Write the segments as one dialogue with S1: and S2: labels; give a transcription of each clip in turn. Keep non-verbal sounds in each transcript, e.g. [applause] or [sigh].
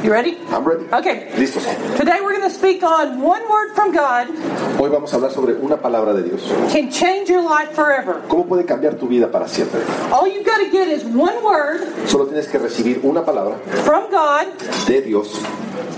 S1: You ready?
S2: I'm ready.
S1: Okay.
S2: Listos.
S1: Today we're going to speak on one word from God
S2: Hoy vamos a hablar sobre una palabra de Dios.
S1: can change your life forever.
S2: ¿Cómo puede cambiar tu vida para siempre?
S1: All you've got to get is one word
S2: Solo tienes que recibir una palabra
S1: from God
S2: de Dios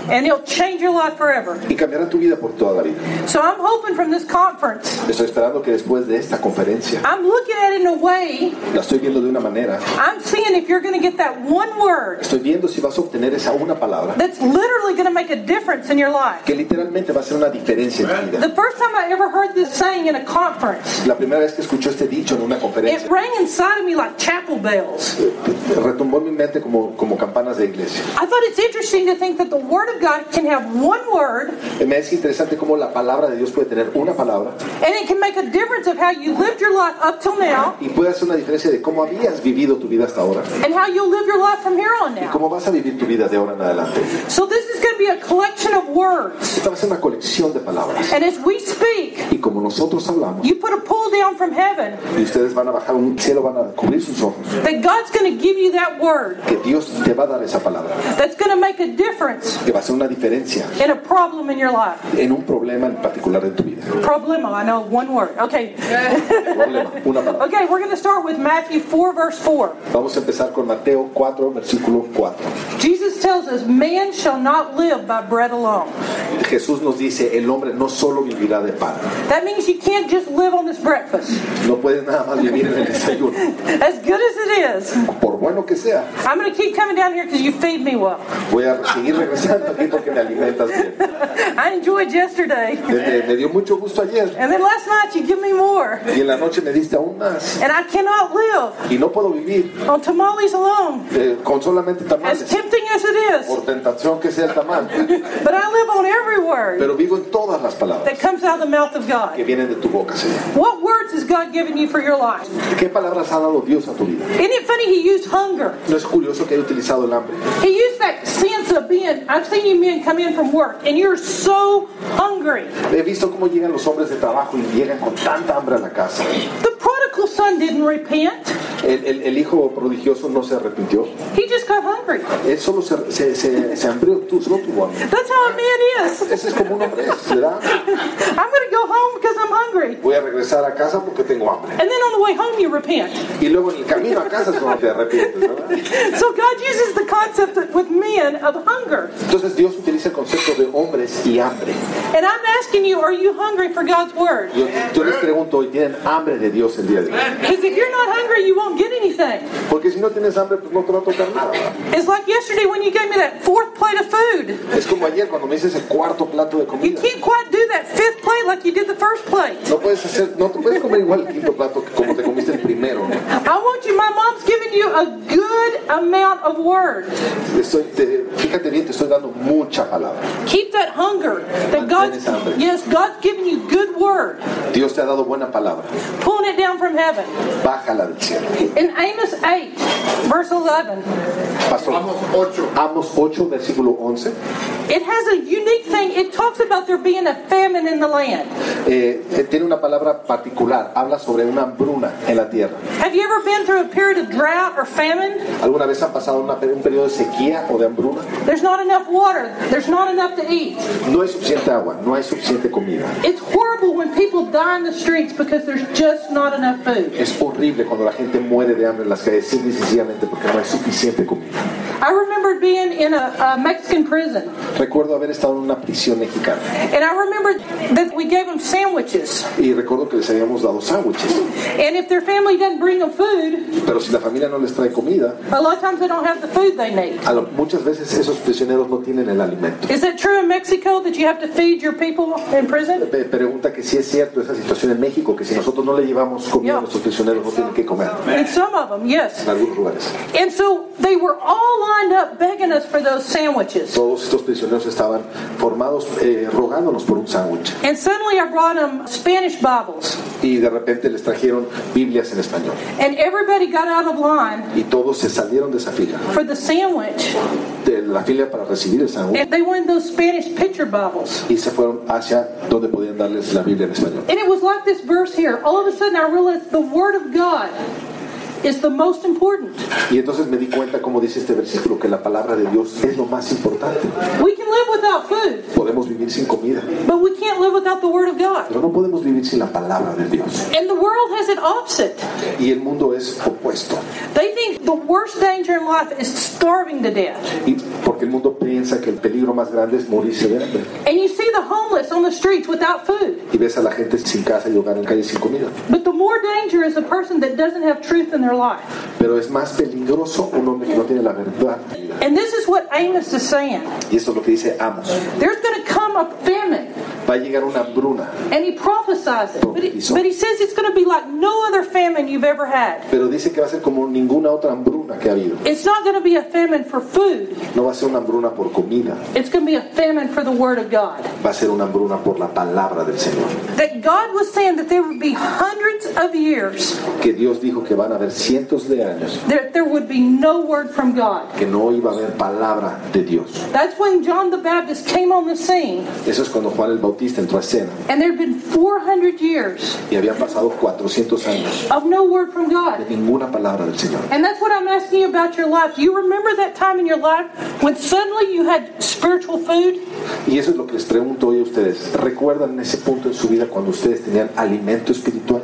S1: and it'll change your life forever.
S2: y cambiará tu vida por toda la vida.
S1: So I'm hoping from this conference,
S2: Estoy esperando que después de esta conferencia,
S1: I'm looking at it in a way,
S2: la estoy viendo de una manera,
S1: I'm seeing if you're going to get that one word
S2: estoy viendo si vas a obtener esa una palabra
S1: that's literally going to make a difference in your life.
S2: que literalmente va a hacer una diferencia en tu vida.
S1: The first time I ever heard this saying in a conference,
S2: La primera vez que escucho este dicho en una
S1: it
S2: conferencia,
S1: rang inside of me like chapel bells.
S2: retumbó en mi mente como, como campanas de iglesia.
S1: I thought it's interesting to think that the Word of God can have one word
S2: Me es interesante cómo la palabra de Dios puede tener una palabra
S1: and it can make a difference of how you lived your life up till now
S2: y puede hacer una diferencia de cómo habías vivido tu vida hasta ahora.
S1: and how you'll live your life from here on now.
S2: ¿Cómo vas a vivir tu vida de ahora en adelante?
S1: So this is going to be a collection of words.
S2: Esta va a ser una colección de palabras.
S1: And as we speak,
S2: Y como nosotros hablamos,
S1: you put a pull down from heaven
S2: y ustedes van a bajar un cielo, van a cubrir sus ojos,
S1: that God's going to give you that word
S2: que Dios te va a dar esa palabra,
S1: that's going to make a difference
S2: que va a ser una diferencia
S1: in a problem in your life.
S2: en un problema en particular en tu vida.
S1: Problema, I know one word. Okay.
S2: Problema, una palabra.
S1: Okay, we're going to start with Matthew 4, verse 4.
S2: Vamos a empezar con Mateo 4, versículo 4.
S1: Jesus tells us, Man shall not live by bread alone.
S2: Jesús nos dice, el hombre no solo vivirá de pan,
S1: That means you can't just live on this breakfast.
S2: no puedes nada más vivir en el desayuno.
S1: As good as it is,
S2: Por bueno que sea,
S1: I'm going to keep coming down here because you feed me well.
S2: voy a seguir regresando aquí porque me alimentas bien.
S1: I enjoyed yesterday.
S2: Me- me- me dio mucho gusto ayer
S1: And then last night you give me more.
S2: y en la noche me diste aún más.
S1: And I cannot live
S2: Y no puedo vivir
S1: on tamales alone,
S2: eh, con solamente
S1: as
S2: tamales,
S1: tempting as it is.
S2: por tentación que sea el tamal,
S1: But I live on every word
S2: pero vivo en todas las palabras
S1: that comes out of the mouth of
S2: que
S1: God.
S2: vienen de tu boca, Señor.
S1: What words has God given you for your life?
S2: ¿Qué palabras ha dado Dios a tu vida?
S1: Isn't it funny he used hunger?
S2: No es curioso que haya utilizado el hambre.
S1: He used that sense of being, I've seen you men come in from work and you're so hungry.
S2: He visto cómo llegan los hombres de trabajo y llegan con tanta hambre a la casa.
S1: The prodigal son didn't repent,
S2: El, el- el hijo prodigioso no se arrepintió.
S1: he just got hungry.
S2: Él solo se, se, se- se hambrió, tú solo tuvo hambre.
S1: That's how a man is.
S2: Ese es como un hombre, es, ¿verdad?
S1: I'm going to go home because I'm hungry.
S2: Voy a regresar a casa porque tengo hambre.
S1: And then on the way home, you repent.
S2: Y luego en el camino a casa es cuando te arrepientes, ¿verdad?
S1: [laughs] So God uses the concept that- with men of hunger.
S2: Entonces Dios utiliza el concepto de hombres y hambre.
S1: And I'm asking you, are you hungry for God's word?
S2: Yo, yo les pregunto hoy, ¿tienen hambre de Dios el día de hoy?
S1: Because if you're not hungry, you won't get anything.
S2: Porque si no tienes hambre, pues no te va a tocar nada. ¿verdad?
S1: It's like yesterday when you gave me that fourth plate of food.
S2: Es como ayer cuando me dices el cuarto plato de
S1: You
S2: comida.
S1: can't quite do that fifth plate like you did the first plate.
S2: No puedes hacer, no te puedes comer igual el quinto plato que como te comiste el primero. ¿no?
S1: I want you, my mom's giving you a good amount of word.
S2: Estoy- te- fíjate bien, te estoy dando mucha palabra.
S1: Keep that hunger that God's,
S2: Mantén esa hambre.
S1: yes, God's giving you good word,
S2: Dios te ha dado buena palabra.
S1: pulling it down from heaven.
S2: Bájala del cielo.
S1: In Amos 8, verse 11,
S2: Pastor.
S3: Vamos, 8.
S2: Amos 8, versículo 11.
S1: it has a unique thing. It talks about there being a famine in the land.
S2: eh, eh, tiene una palabra particular. Habla sobre una hambruna en la tierra.
S1: Have you ever been through a period of drought or famine?
S2: ¿Alguna vez han pasado una- un periodo de sequía o de hambruna?
S1: There's not enough water, there's not enough to eat.
S2: No hay suficiente agua, no hay suficiente comida.
S1: It's horrible when people die in the streets because there's just not enough food.
S2: Es horrible cuando la gente muere de hambre en las calles, simple y sencillamente porque no hay suficiente comida.
S1: I remember being in a, a Mexican prison,
S2: Recuerdo haber estado en una prisión mexicana
S1: and I remember that we gave them sandwiches.
S2: y recuerdo que les habíamos dado sándwiches,
S1: And if their family doesn't bring them food,
S2: pero si la familia no les trae comida,
S1: a lot of times they don't have the food they need.
S2: a lo- muchas veces esos prisioneros no tienen el alimento.
S1: Is it true in Mexico that you have to feed your people in prison?
S2: Me pregunta que si es cierto esa situación en México, que si nosotros no le llevamos comida a nuestros prisioneros no tienen que comer
S1: In some of them, yes.
S2: en algunos lugares.
S1: And so they were all lined up begging us for those sandwiches.
S2: Todos estos prisioneros estaban formados eh, rogándonos por un sándwich
S1: And suddenly I brought them Spanish Bibles.
S2: y de repente les trajeron Biblias en español
S1: And everybody got out of line
S2: y todos se salieron de esa fila,
S1: for the sandwich.
S2: de la fila para recibir el sándwich.
S1: And they were in those Spanish picture Bibles.
S2: y se fueron hacia donde podían darles la Biblia en español.
S1: And it was like this verse here. All of a sudden I realized the Word of God is the most important.
S2: Y entonces me di cuenta, como dice este versículo, que la palabra de Dios es lo más importante.
S1: We can live without food,
S2: Podemos vivir sin comida,
S1: but we can't live without the Word of God.
S2: pero no podemos vivir sin la palabra de Dios.
S1: And the world has an opposite.
S2: Y el mundo es opuesto.
S1: They think the worst danger in life is starving to death.
S2: Y porque el mundo piensa que el peligro más grande es morirse de hambre.
S1: And you see the homeless on the streets without food.
S2: Y ves a la gente sin casa y hogar en calle sin comida.
S1: But the more danger is a person that doesn't have truth in their life.
S2: Pero es más peligroso un hombre que no tiene la verdad.
S1: And this is what Amos is saying.
S2: Y eso es lo que dice Amos.
S1: There's going to come a famine.
S2: Va a llegar una hambruna,
S1: And he prophesies it. But he, but he says it's going to be like no other famine you've ever had.
S2: pero dice que va a ser como ninguna otra hambruna que ha habido.
S1: It's not going to be a famine for food.
S2: No va a ser una hambruna por comida,
S1: It's going to be a famine for the Word of God.
S2: va a ser una hambruna por la palabra del Señor.
S1: That God was saying that there would be hundreds of years
S2: Que Dios dijo que van a haber cientos de años
S1: that there would be no word from God.
S2: que no iba a haber palabra de Dios.
S1: That's when John the Baptist came on the scene,
S2: Eso es cuando Juan el Bautista entró a escena
S1: and there had been 400 years
S2: y habían pasado 400 años
S1: of no word from
S2: de
S1: God.
S2: ninguna palabra del Señor.
S1: And that's what I'm asking you about your life. Do you remember that time in your life when suddenly you had spiritual food?
S2: Y eso es lo que les pregunto hoy a ustedes. ¿Recuerdan ese punto en su vida cuando ustedes tenían alimento espiritual?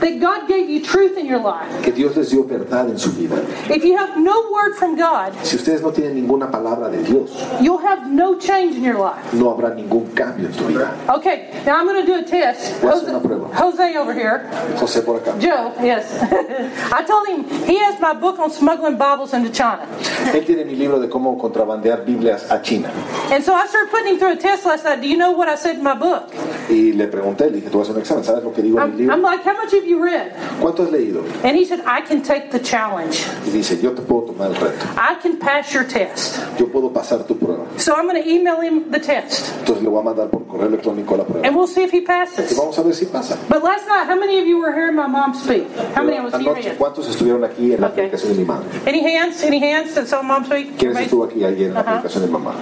S1: That God gave you truth in your life?
S2: Que Dios les dio verdad en su vida.
S1: If you have no word from God,
S2: Si ustedes no tienen ninguna palabra de Dios,
S1: you'll have no change in your life.
S2: no habrá ningún cambio en tu vida.
S1: Okay, now I'm going to do a test.
S2: What's
S1: Jose,
S2: the number one?
S1: Jose over here.
S2: José por acá.
S1: Joe, yes. [laughs] I told him he has my book on smuggling Bibles into China.
S2: Él tiene mi libro de cómo contrabandear Biblias a China.
S1: And so I started putting him through a test last night. Do you know what I said in my book?
S2: Y le pregunté, le dije, tú vas a hacer un examen, ¿sabes lo que digo en mi
S1: I'm, I'm
S2: libro?
S1: like, how much have you read?
S2: ¿Cuánto has leído?
S1: And he said, I can take the challenge.
S2: Y dice, yo te puedo tomar el reto,
S1: I can pass your test.
S2: yo puedo pasar tu prueba.
S1: So I'm going to email him the test.
S2: Entonces le voy a mandar por correo electrónico la prueba.
S1: And we'll see if he
S2: Y
S1: passes.
S2: vamos a ver si pasa.
S1: But last night, how many of you were hearing my mom speak? How many was he
S2: Anoche,
S1: reading?
S2: ¿cuántos estuvieron aquí en la
S1: Ok.
S2: aplicación de mi madre?
S1: Any hands? Any hands that saw mom speak?
S2: ¿Quiénes estuvo aquí alguien en la
S1: Ajá.
S2: aplicación de mamá?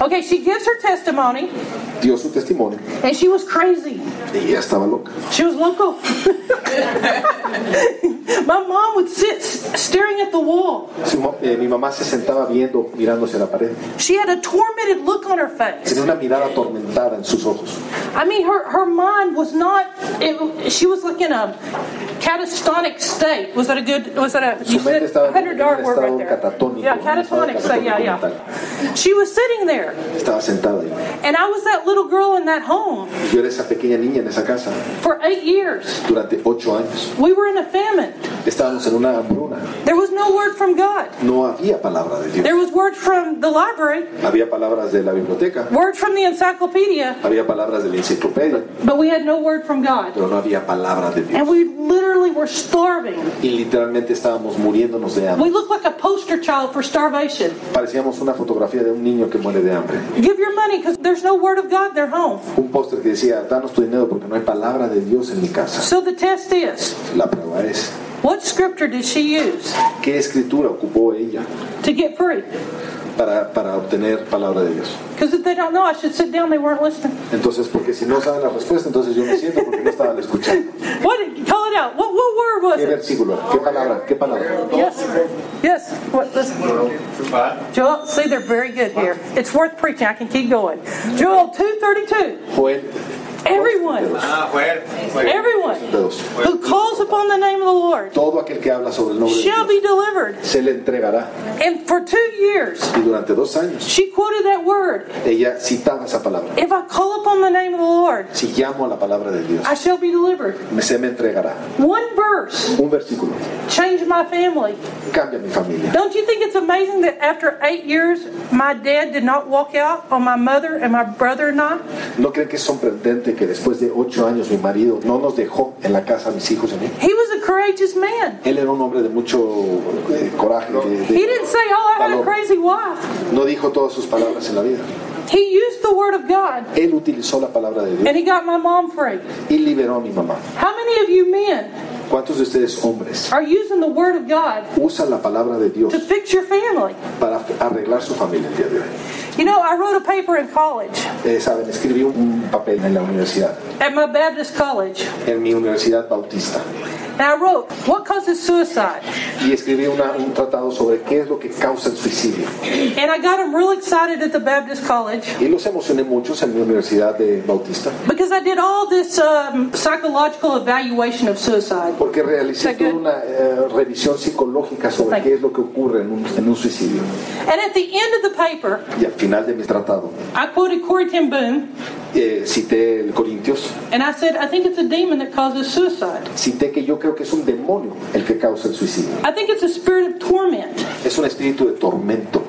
S1: Okay, she gives her testimony,
S2: Dio su testimonio
S1: and she was crazy.
S2: y ya estaba loca.
S1: She was local. [laughs] My mom would sit s- staring at the wall.
S2: Su ma- eh, mi mamá se sentaba viendo, mirándose a la pared.
S1: She had a tormented look on her face.
S2: Tenía una mirada atormentada en sus ojos.
S1: I mean, her, her mind was not. It, she was like in a catatonic state. Was that a good? Was that a?
S2: Su mente estaba en
S1: hundred
S2: en un
S1: yard word
S2: estado
S1: right there.
S2: catatónico.
S1: Yeah,
S2: en un estado
S1: catatonic state. Yeah,
S2: catatónico
S1: yeah.
S2: mental.
S1: She was sitting there,
S2: Estaba sentada ahí.
S1: and I was that little girl in that home
S2: Yo era esa pequeña niña en esa casa
S1: for eight years.
S2: durante ocho años.
S1: We were in a famine.
S2: Estábamos en una hambruna.
S1: There was no word from God.
S2: No había palabra de Dios.
S1: There was word from the library,
S2: Había palabras de la biblioteca,
S1: word from the encyclopedia,
S2: había palabras de la enciclopedia,
S1: but we had no word from God.
S2: pero no había palabra de Dios.
S1: And we literally were starving.
S2: Y literalmente estábamos muriéndonos de hambre.
S1: We looked like a poster child for starvation.
S2: Parecíamos una fotografía de un niño que muere de hambre.
S1: Give your money because there's no word of God in their home.
S2: Un póster que decía, danos tu dinero porque no hay palabra de Dios en mi casa.
S1: So the test is
S2: La prueba es,
S1: what scripture did she use
S2: ¿qué escritura ocupó ella
S1: to get free?
S2: para, para obtener palabra de Dios?
S1: Because if they don't know, I should sit down. They weren't listening.
S2: Entonces, porque si no saben la respuesta, entonces yo me siento porque no estaban escuchando.
S1: What? did- Call it out. What, what word was
S2: ¿Qué
S1: it?
S2: versículo? era? ¿Qué palabra? ¿Qué palabra?
S1: Yes. Yes. What? Listen. Joel, see, they're very good here. It's worth preaching. I can keep going. Joel 232.
S2: Joel.
S1: Everyone,
S3: Ah, Joel. Joel.
S1: everyone
S2: Dos.
S1: who calls upon the name of the Lord
S2: Todo aquel que habla sobre el nombre de
S1: shall be
S2: Dios
S1: delivered.
S2: se le entregará.
S1: And for two years,
S2: Y durante dos años
S1: she quoted that word
S2: ella citaba esa palabra.
S1: If I call upon the name of the Lord,
S2: Si llamo a la palabra de Dios,
S1: I shall be delivered.
S2: me- se me entregará.
S1: One verse
S2: Un versículo.
S1: changed my family.
S2: Cambia mi familia.
S1: Don't you think it's amazing that after eight years, my dad did not walk out on my mother and my brother and I?
S2: ¿No creen que es sorprendente que después de ocho años mi marido no nos dejó en la casa a mis hijos y a mí?
S1: He was a courageous man.
S2: Él era un hombre de mucho eh, coraje. de-
S1: He
S2: de-
S1: didn't say, Oh, I had a crazy wife.
S2: no dijo todas sus palabras en la vida.
S1: He used the word of God
S2: Él utilizó la palabra de Dios
S1: and he got my mom free.
S2: y liberó a mi mamá.
S1: How many of you men
S2: ¿Cuántos de ustedes, hombres,
S1: are using the word of God
S2: usan la palabra de Dios
S1: to fix your family.
S2: para arreglar su familia el día de hoy?
S1: You know, I wrote a paper in college,
S2: Eh, Saben, escribí un papel en la universidad,
S1: at my Baptist college,
S2: en mi universidad bautista.
S1: And I wrote, What causes suicide?
S2: y escribí una- un tratado sobre qué es lo que causa el suicidio.
S1: And I got them real excited at the Baptist College
S2: Y los emocioné muchos en mi universidad de Bautista,
S1: because I did all this um, psychological evaluation of suicide.
S2: porque realicé
S1: Está good.
S2: toda una eh, revisión psicológica sobre
S1: Thank
S2: qué es lo que ocurre en un, en un suicidio.
S1: And at the end of the paper,
S2: Y al final de mi tratado
S1: I quoted Corey Ten Boom
S2: eh, cité el Corintios,
S1: and I said, I think it's a demon that causes suicide.
S2: cité que yo creo que es un demonio el que causa el suicidio.
S1: I think it's a spirit of torment.
S2: Es un espíritu de tormento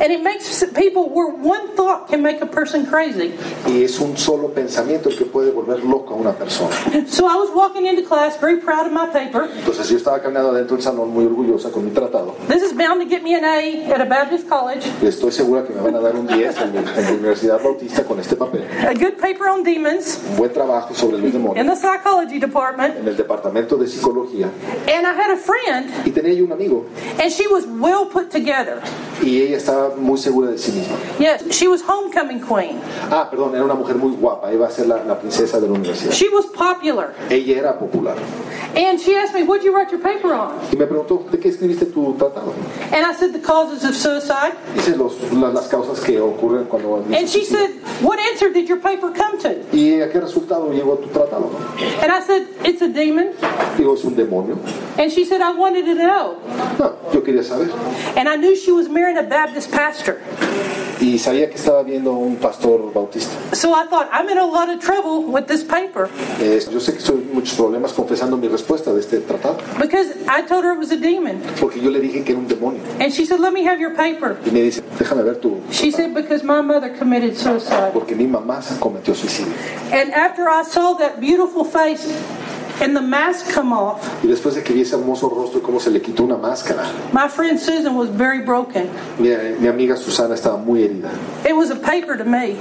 S1: And it makes people where one thought can make a person crazy.
S2: y es un solo pensamiento el que puede volver loco a una persona.
S1: So I was walking into class very proud of my paper.
S2: Entonces yo estaba caminando adentro del salón muy orgullosa con mi tratado.
S1: This is bound to get me an A at a Baptist college.
S2: Y estoy segura que me van a dar un 10 en mi, en mi Universidad Bautista con este papel.
S1: A good paper on demons
S2: Un buen trabajo sobre los
S1: in
S2: demonios
S1: the psychology department.
S2: en el departamento de psicología.
S1: And I had a friend,
S2: Y tenía yo un amigo
S1: and she was well put together.
S2: y ella estaba muy segura de sí misma.
S1: Yes, she was homecoming queen.
S2: Ah, perdón, era una mujer muy guapa, iba a ser la, la princesa de la universidad.
S1: She was popular.
S2: Ella era popular.
S1: And she asked me, What'd you write your paper on?
S2: Y me preguntó, ¿de qué escribiste tu tratado?
S1: And I said, The causes of suicide.
S2: Dice los, la- las causas que ocurren cuando... alguien
S1: And
S2: se
S1: she
S2: suicida.
S1: said, What answer did your paper come to?
S2: ¿Y a qué resultado llegó tu tratado?
S1: And I said, It's a demon.
S2: Digo, es un demonio.
S1: And she said, I wanted to know.
S2: No, yo quería saber.
S1: And I knew she was marrying a Baptist pastor.
S2: Y sabía que estaba viendo un pastor bautista.
S1: So I thought, I'm in a lot of trouble with this paper
S2: Eh, yo sé que soy muchos problemas confesando mi respuesta de este tratado,
S1: because I told her it was a demon.
S2: porque yo le dije que era un demonio.
S1: And she said, Let me have your paper.
S2: Y me dice, déjame ver tu...
S1: She said, Because my mother committed suicide.
S2: Porque mi mamá cometió suicidio.
S1: And after I saw that beautiful face and the mask come off,
S2: Y después de que vi ese hermoso rostro y cómo se le quitó una máscara,
S1: my friend Susan was very broken.
S2: mi, mi amiga Susana estaba muy herida.
S1: It was a paper to me,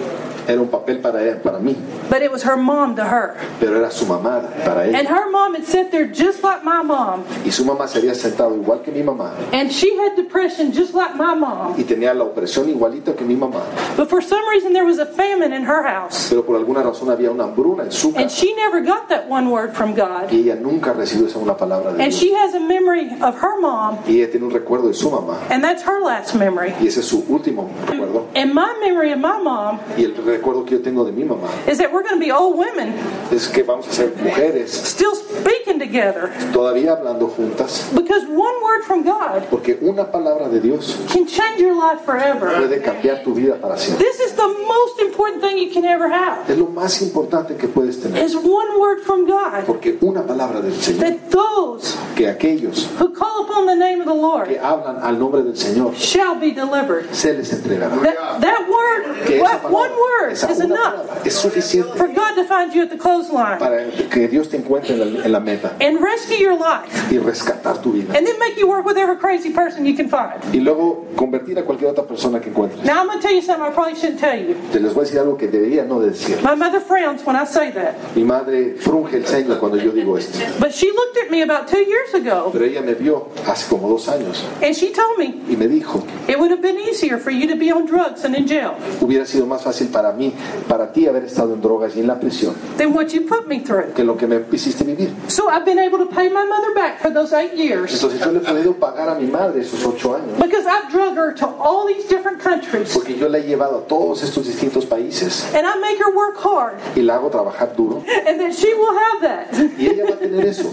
S2: Era un papel para, ella- para mí,
S1: but it was her mom to her.
S2: pero era su mamá para
S1: And
S2: ella.
S1: her mom had sat there just like my mom,
S2: Y su mamá se había sentado igual que mi mamá
S1: and she had depression just like my mom.
S2: y tenía la opresión igualita que mi mamá.
S1: But for some reason, there was a famine in her house,
S2: pero por alguna razón había una hambruna en su
S1: and
S2: casa
S1: she never got that one word from God.
S2: y ella nunca recibió esa una palabra de
S1: And
S2: Dios.
S1: she has a memory of her mom,
S2: Y ella tiene un recuerdo de su mamá
S1: and that's her last memory.
S2: y ese es su último recuerdo.
S1: And my memory of my mom
S2: Y el recuerdo que yo tengo de mi mamá
S1: is that we're going to be old women
S2: es que vamos a ser mujeres
S1: still speaking together.
S2: todavía hablando juntas
S1: Because one word from God
S2: porque una palabra de Dios
S1: can change your life forever.
S2: puede cambiar tu vida para siempre.
S1: This is the most important thing you can ever have.
S2: Es lo más importante que puedes tener
S1: Is one word from God
S2: porque una palabra del Señor
S1: that those
S2: que aquellos
S1: who call upon the name of the
S2: que
S1: Lord
S2: hablan al nombre del Señor
S1: shall be delivered.
S2: se les entregará.
S1: That, that word,
S2: Que esa
S1: that one
S2: palabra,
S1: word
S2: esa
S1: is
S2: una
S1: enough
S2: palabra es suficiente
S1: for God to find you at the clothesline
S2: para que Dios te encuentre en la- en la meta
S1: and rescue your life
S2: y rescatar tu vida.
S1: and then make you work with every crazy person you can find.
S2: y luego convertir a cualquier otra persona que encuentres.
S1: Now, I'm going to tell you something I probably shouldn't tell you.
S2: Te les voy a decir algo que debería no decir.
S1: My mother frowns when I say that.
S2: Mi madre frunge el ceño cuando yo digo esto,
S1: But she looked at me about two years ago
S2: pero ella me vio hace como dos años
S1: and she told me,
S2: y me dijo,
S1: It would have been easier for you to be on drugs and in jail
S2: hubiera sido más fácil para mí, para ti haber estado en drogas y en la prisión,
S1: than what you put me through.
S2: que lo que me hiciste vivir.
S1: So I've been able to pay my mother back for those eight years
S2: Entonces yo le he podido pagar a mi madre esos ocho años,
S1: because I've drug her to all these different countries
S2: porque yo la he llevado a todos estos distintos países
S1: and I make her work hard
S2: y la hago trabajar duro
S1: and that she will have that [laughs]
S2: y ella va a tener eso,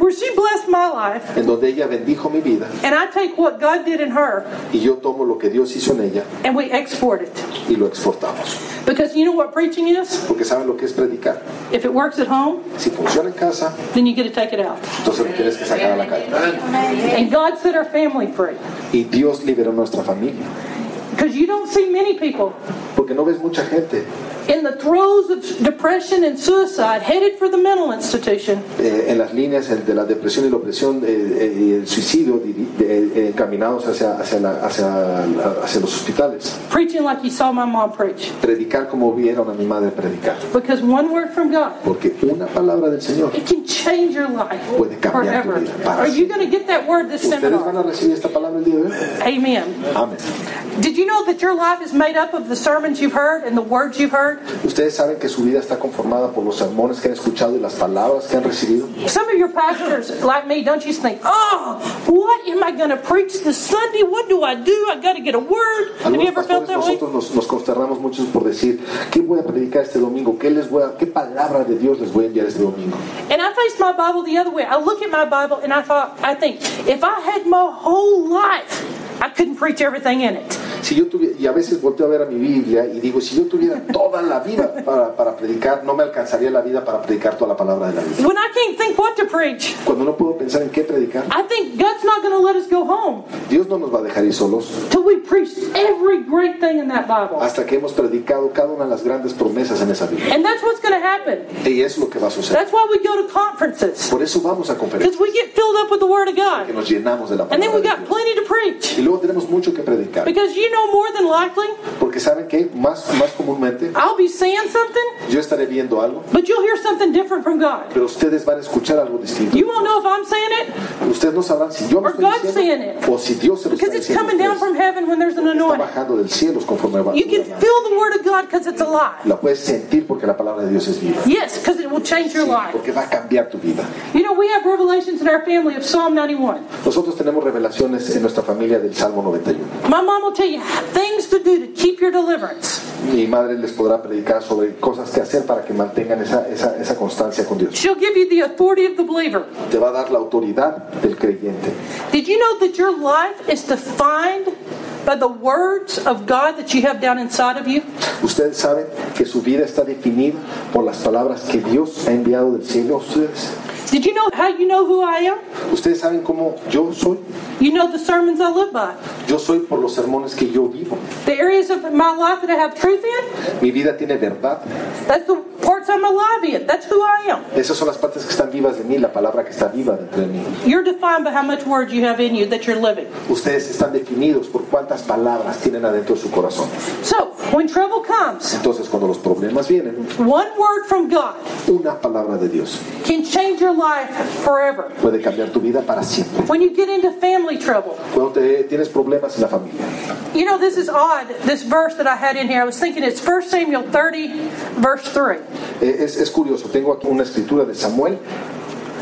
S1: where she blessed my life
S2: en donde ella bendijo mi vida
S1: and I take what God did in her
S2: y yo tomo lo que Dios hizo en ella
S1: and we export it.
S2: y lo exportamos.
S1: Because you know what preaching is?
S2: Porque saben lo que es predicar.
S1: If it works at home,
S2: Si funciona en casa,
S1: then you get to take it out.
S2: entonces lo tienes que sacar a la calle.
S1: And God set our family free.
S2: Y Dios liberó nuestra familia.
S1: Because you don't see many people
S2: Porque no ves mucha gente
S1: in the throes of depression and suicide, headed for the mental institution,
S2: eh, en las líneas de la depresión y la opresión eh, eh, y el suicidio diri- de- eh, encaminados hacia, hacia, la- hacia, la- hacia los hospitales.
S1: preaching like you saw my mom preach.
S2: Predicar como vieron a mi madre predicar.
S1: Because one word from God,
S2: Porque una palabra del Señor.
S1: it can change your life
S2: Puede cambiar tu
S1: forever.
S2: vida para
S1: Are you going to get that word this
S2: Ustedes van
S1: seminar?
S2: a recibir esta palabra el día de hoy.
S1: Amen.
S2: Amén.
S1: Did you know that your life is made up of the sermons you've heard and the words you've heard?
S2: Ustedes saben que su vida está conformada por los sermones que han escuchado y las palabras que han recibido.
S1: Some of your pastors, like me, don't you think, oh, what am I going to preach this Sunday? What do I do? I got to get a word. Have you
S2: Algunos
S1: ever felt
S2: pastores
S1: that way?
S2: nosotros nos, nos consternamos muchos por decir, ¿qué voy a predicar este domingo? ¿Qué, les voy a, ¿Qué palabra de Dios les voy a enviar este domingo?
S1: And I faced my Bible the other way. I look at my Bible and I thought, I think, if I had my whole life, I couldn't preach everything in it.
S2: Si yo tuviera, y a veces volteo a ver a mi Biblia y digo, si yo tuviera toda la vida para, para predicar, no me alcanzaría la vida para predicar toda la palabra de la Biblia.
S1: When I can't think what to preach,
S2: Cuando no puedo pensar en qué predicar,
S1: I think God's not going to let us go home
S2: Dios no nos va a dejar ir solos
S1: till we preach every great thing in that Bible.
S2: hasta que hemos predicado cada una de las grandes promesas en esa Biblia.
S1: And that's what's going to happen.
S2: Y es lo que va a suceder.
S1: That's why we go to conferences
S2: Por eso vamos a conferencias,
S1: because we get filled up with the Word of
S2: que
S1: God.
S2: nos llenamos de la
S1: And then
S2: palabra.
S1: we
S2: de
S1: got
S2: Dios.
S1: plenty to preach
S2: Y luego tenemos mucho que predicar,
S1: because you know more than likely
S2: porque saben que más, más comúnmente
S1: I'll be saying something,
S2: yo estaré viendo algo,
S1: but you'll hear something different from God.
S2: pero ustedes van a escuchar algo distinto.
S1: You won't know if I'm saying it
S2: Ustedes no sabrán si yo lo
S1: Or
S2: estoy
S1: God saying
S2: diciendo
S1: it.
S2: o si Dios se lo está
S1: because it's
S2: diciendo. a
S1: coming down
S2: ustedes.
S1: from heaven when there's an
S2: Está
S1: anointing.
S2: bajando del cielo conforme va.
S1: You can feel the Word of God because it's alive.
S2: La puedes sentir porque la palabra de Dios es viva.
S1: Yes, because it will change your life.
S2: Porque va a cambiar tu vida.
S1: You know, we have revelations in our family of Psalm 91.
S2: Nosotros tenemos revelaciones en nuestra familia del Salmo 91.
S1: My mom will tell you things to do to keep your deliverance.
S2: Mi madre les podrá predicar sobre cosas que hacer para que mantengan esa, esa, esa constancia con Dios.
S1: She'll give you the authority of the believer.
S2: Te va a dar la autoridad del creyente.
S1: Did you know that your life is defined by the words of God that you have down inside of you?
S2: Ustedes saben que su vida está definida por las palabras que Dios ha enviado del cielo a ustedes.
S1: Did you know how you know who I am?
S2: Ustedes saben cómo yo soy.
S1: You know the sermons I live by.
S2: Yo soy por los sermones que yo vivo.
S1: The areas of my life that I have truth in,
S2: Mi vida tiene verdad.
S1: that's the parts I'm alive in. That's who I am.
S2: Esas son las partes que están vivas de mí, la palabra que está viva dentro de mí.
S1: You're defined by how much word you have in you that you're living.
S2: Ustedes están definidos por cuántas palabras tienen adentro de su corazón.
S1: So, when trouble comes,
S2: Entonces, cuando los problemas vienen,
S1: one word from God
S2: una palabra de Dios
S1: can change your life forever.
S2: puede cambiar tu vida para siempre.
S1: When you get into family trouble,
S2: Cuando te- tienes problemas en la familia.
S1: you know, this is odd, this verse that I had in here. I was thinking it's 1 Samuel 30, verse 3.
S2: Eh, Es, es curioso, tengo aquí una escritura de Samuel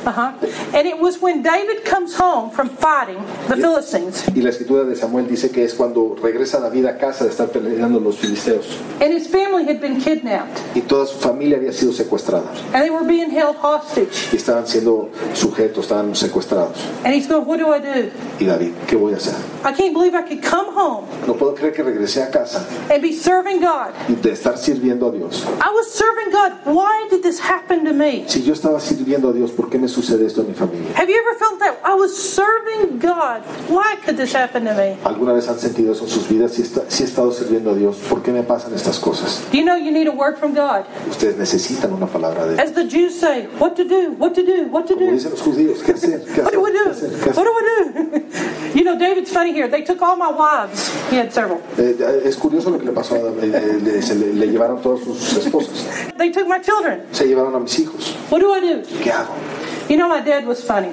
S1: Uh-huh. And it was when David comes home from fighting the Philistines,
S2: y la escritura de Samuel dice que es cuando regresa David a casa de estar peleando los filisteos
S1: and his family had been kidnapped,
S2: y toda su familia había sido secuestrada
S1: and they were being held hostage.
S2: y estaban siendo sujetos, estaban secuestrados.
S1: And he's going, What do I do?
S2: Y David, ¿qué voy a hacer?
S1: I can't believe I could come home
S2: No puedo creer que regresé a casa
S1: and be serving God.
S2: y de estar sirviendo a Dios.
S1: I was serving God. Why did this happen to me?
S2: Si yo estaba sirviendo a Dios, ¿por qué me sucede esto a mi familia?
S1: Have you ever felt that? I was serving God. Why could this happen to me?
S2: ¿Alguna vez han sentido eso en sus vidas? Si, está- si he estado sirviendo a Dios, ¿por qué me pasan estas cosas?
S1: Do you know you need a word from God?
S2: Ustedes necesitan una palabra de Dios.
S1: As the Jews say, what to do, what to do, what to
S2: Como
S1: do.
S2: dicen los judíos, ¿qué hacer? ¿Qué
S1: What
S2: hacer?
S1: do we
S2: ¿Qué
S1: do?
S2: hacer?
S1: What
S2: ¿Qué hacer?
S1: do we do? [laughs] You know, David's funny here. They took all my wives. He had several.
S2: Eh, eh, es curioso lo que le pasó a David. Eh, le, se le- le llevaron todas sus esposas.
S1: They took my children.
S2: Se llevaron a mis hijos.
S1: What do I do?
S2: ¿Qué hago?
S1: You know, my dad was funny.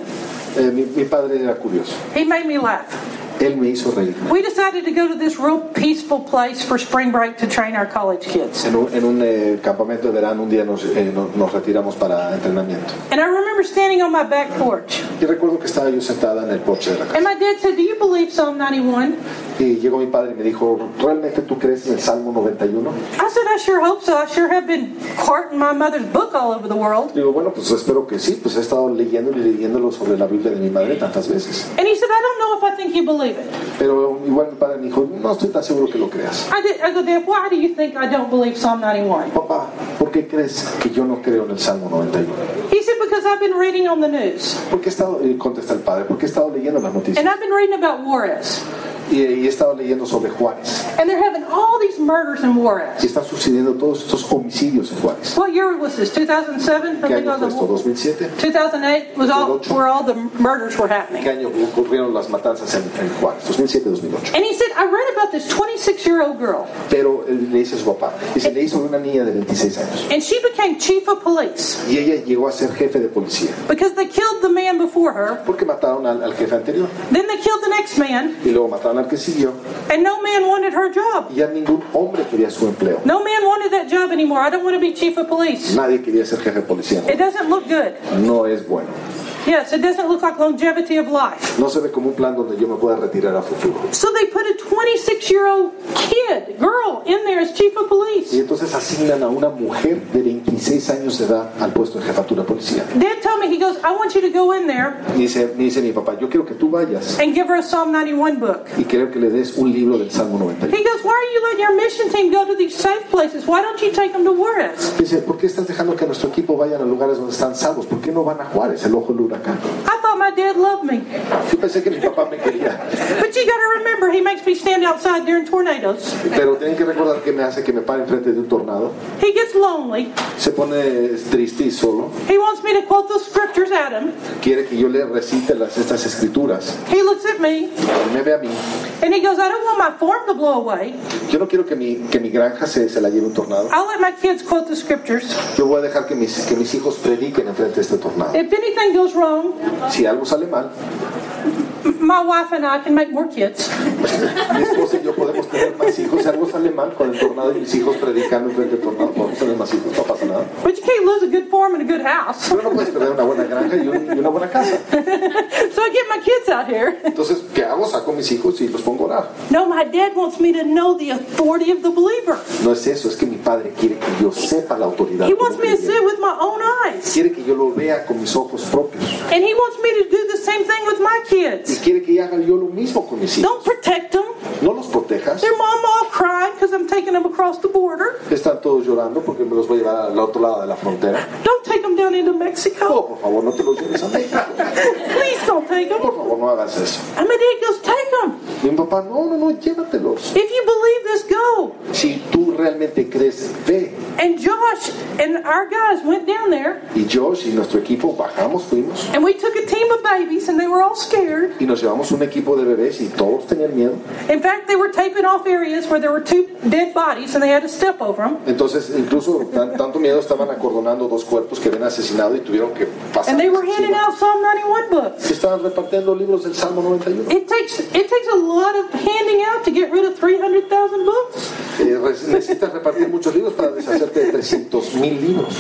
S2: Eh, mi, mi padre era curioso.
S1: He made me laugh.
S2: Él me hizo reír.
S1: We decided to go to this real peaceful place for spring break to train our college kids.
S2: En un, en un, eh, campamento de verano un día nos, eh, no- nos retiramos para entrenamiento.
S1: And I remember standing on my back porch.
S2: Y recuerdo que estaba yo sentada en el porche de la casa.
S1: And my dad said, Do you believe Psalm 91?
S2: Y llegó mi padre y me dijo, ¿realmente tú crees en el Salmo 91?
S1: I said, I sure hope so. I sure have been carting my mother's book all over the world.
S2: Digo, bueno, pues espero que sí, pues he estado leyéndolo y leyéndolo sobre la Biblia de mi madre tantas veces.
S1: And he said, I don't know if I think you believe it.
S2: Pero igual mi padre me dijo, no estoy tan seguro que lo creas.
S1: I, did, I go, Dad, why do you think I don't believe Psalm 91?
S2: Papá, ¿por qué crees que yo no creo en el Salmo 91?
S1: He said, Because I've been reading on the news.
S2: Porque he estado, y contesta el padre, porque he estado leyendo las noticias
S1: And I've been reading about Juarez.
S2: y, y he estado leyendo sobre Juárez.
S1: And they're having all these murders in
S2: Y
S1: Juarez.
S2: están sucediendo todos estos homicidios en Juárez.
S1: What year was this? 2007? I
S2: ¿Qué
S1: think
S2: año
S1: I
S2: fue
S1: was
S2: esto?
S1: a-
S2: ¿2007?
S1: 2008 was all where all the murders were happening.
S2: ¿Qué año ocurrieron las matanzas en, en Juárez? 2007-2008.
S1: And he said, I read about this 26 year old girl,
S2: Pero él le dice a su papá, y se le hizo una niña de 26 años.
S1: and she became chief of police
S2: Y ella llegó a ser jefe de policía.
S1: because they killed the man before her,
S2: Porque mataron al, al jefe anterior
S1: then they killed the next man,
S2: y luego mataron al que siguió
S1: and no man wanted her job.
S2: y ya ningún hombre quería su empleo.
S1: No man wanted that job anymore. I don't want to be chief of police.
S2: Nadie quería ser jefe de policía.
S1: It doesn't look good.
S2: No es bueno.
S1: Yes, it doesn't look like longevity of life.
S2: No se ve como un plan donde yo me pueda retirar a futuro.
S1: So they put a 26 year old kid, girl, in there as chief of
S2: Y
S1: police.
S2: entonces asignan a una mujer de 26 años de edad al puesto de jefatura de policía.
S1: Dad told me, he goes, I want you to go in there
S2: Me dice, me dice mi papá, yo quiero que tú vayas
S1: and give her a Psalm 91 book.
S2: y quiero que le des un libro del Salmo 91.
S1: He goes, Why are you letting your mission team go to these safe places? Why don't you take them to Juarez?
S2: Dice, ¿por qué estás dejando que nuestro equipo vayan a lugares donde están salvos? ¿Por qué no van a Juárez, el ojo del huracán?
S1: I thought my dad loved me.
S2: Yo pensé que mi papá me quería,
S1: But you got to remember, he makes me stand outside during tornadoes.
S2: pero tienen que recordar que me hace que me pare enfrente de un tornado.
S1: He gets lonely.
S2: Se pone triste y solo.
S1: He wants me to quote the scriptures at him.
S2: Quiere que yo le recite las, estas escrituras.
S1: He looks at me
S2: Él me ve a mí.
S1: and he goes, I don't want my farm to blow away.
S2: Yo no quiero que mi, que mi granja se, se la lleve un tornado.
S1: I'll let my kids quote the scriptures.
S2: Yo voy a dejar que mis, que mis hijos prediquen enfrente de este tornado.
S1: If anything goes wrong,
S2: Si algo sale mal,
S1: my wife and I can make more kids.
S2: mi esposa y yo podemos tener más hijos. Si algo sale mal con el tornado y mis hijos predicando enfrente del tornado, podemos tener más hijos. No pasa nada.
S1: But you can't lose a good farm and a good house.
S2: Pero no puedes perder una buena granja y, un- y una buena casa.
S1: So I get my kids out here.
S2: Entonces, ¿qué hago? Saco a mis hijos y los pongo a orar.
S1: No, my dad wants me to know the authority of the believer.
S2: No es eso, es que mi padre quiere que yo sepa la autoridad.
S1: He wants me to see
S2: Quiere
S1: it with my own eyes.
S2: que yo lo vea con mis ojos propios.
S1: And he wants me to do the same thing with my
S2: Y
S1: kids.
S2: quiere que haga yo lo mismo con mis hijos.
S1: Don't protect them.
S2: No los protejas.
S1: Their mom all cried because I'm taking them across the border.
S2: Están todos llorando porque me los voy a llevar al otro lado de la frontera.
S1: Don't take them down into Mexico.
S2: No, por favor, no te los lleves a México.
S1: Please don't take them.
S2: Por favor, no hagas eso.
S1: And my dad goes, take them.
S2: Mi papá, no, no, no, llévatelos.
S1: If you believe this, go.
S2: Si tú realmente crees, ve.
S1: And Josh and our guys went down there
S2: Y Josh y nuestro equipo bajamos, fuimos.
S1: and we took a team of babies and they were all scared.
S2: Y nos llevamos un equipo de bebés y todos tenían miedo.
S1: In fact, they were taping off areas where there were two dead bodies and they had to step over them.
S2: Entonces, incluso tan- tanto miedo estaban acordonando dos cuerpos que habían asesinado y tuvieron que pasar.
S1: And they were handing
S2: encima.
S1: out Psalm 91 books.
S2: Y Estaban repartiendo libros del Salmo 91.
S1: It takes it takes a lot of handing out to get rid of 300,000 books.
S2: Eh, re- necesitas repartir muchos libros para deshacerte de 300 mil libros.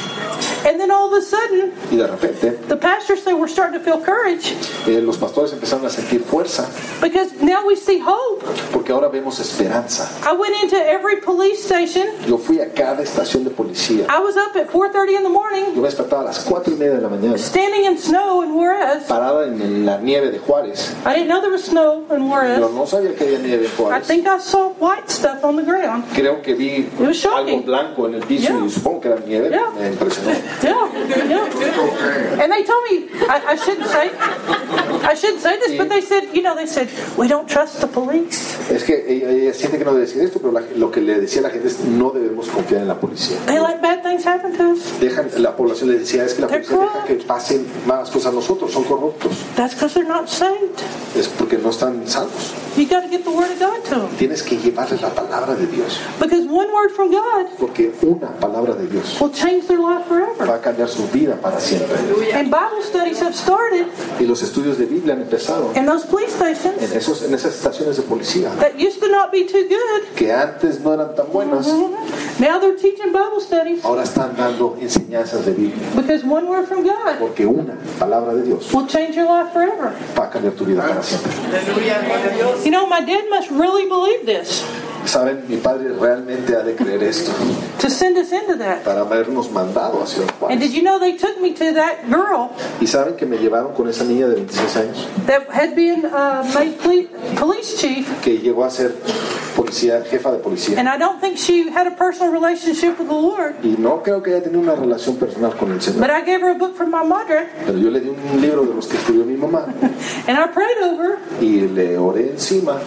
S1: And then all of a sudden,
S2: Y de repente,
S1: the pastors they were starting to feel courage
S2: eh, los pastores empezaron a sentir fuerza
S1: because now we see hope.
S2: porque ahora vemos esperanza.
S1: I went into every police station.
S2: Yo fui a cada estación de policía.
S1: I was up at 4:30 in the morning,
S2: Yo me despertaba a las 4 y media de la mañana,
S1: standing in snow in Juarez.
S2: parada en, en la nieve de Juárez.
S1: I didn't know there was snow in
S2: Yo
S1: Juarez.
S2: no sabía que había nieve en
S1: I
S2: Juárez.
S1: think I saw white stuff on the ground.
S2: Creo que vi
S1: was shocking.
S2: algo blanco en el piso
S1: Yeah.
S2: y supongo que era nieve.
S1: Yeah.
S2: Me impresionó.
S1: Yeah, yeah. And they told me I, I shouldn't say I shouldn't say this, but they said, you know, they said we don't trust the police.
S2: Es que ella, ella siente que no debe decir esto, pero la- lo que le decía a la gente es no debemos confiar en la policía.
S1: They let bad things happen to us.
S2: Dejan, la población le decía es que la
S1: They're
S2: policía deja que
S1: corrupt.
S2: pasen más cosas a nosotros, son corruptos.
S1: That's because they're not saved.
S2: Es porque no están salvos.
S1: You got to get the word of God to them
S2: Tienes que llevarles la palabra de Dios,
S1: because one word from God
S2: porque una palabra de Dios
S1: will change their life
S2: va
S1: forever.
S2: a cambiar su vida para siempre.
S1: And Bible studies have started
S2: Y los estudios de Biblia han empezado
S1: in those police stations
S2: en, esos, en esas estaciones de policía,
S1: that used to not be too good.
S2: que antes no eran tan buenas,
S1: Now they're teaching Bible studies
S2: ahora están dando enseñanzas de Biblia,
S1: because one word from God
S2: porque una palabra de Dios
S1: will change your life forever.
S2: va a cambiar tu vida para siempre.
S1: You know, my dad must really believe this
S2: Saben, mi padre realmente ha de creer esto
S1: to send us into that.
S2: para habernos mandado hacia los
S1: And did
S2: Juárez.
S1: you know they took me to that girl
S2: Y saben que me llevaron con esa niña de 26 años
S1: that had been uh, made ple- police chief,
S2: que llegó a ser policía, jefa de policía.
S1: and I don't think she had a personal relationship with the Lord.
S2: Y no creo que haya tenido una relación personal con el Señor.
S1: But I gave her a book from my madre,
S2: Pero yo le di un libro de los que escribió mi mamá
S1: and I prayed over. her.
S2: y le oré encima.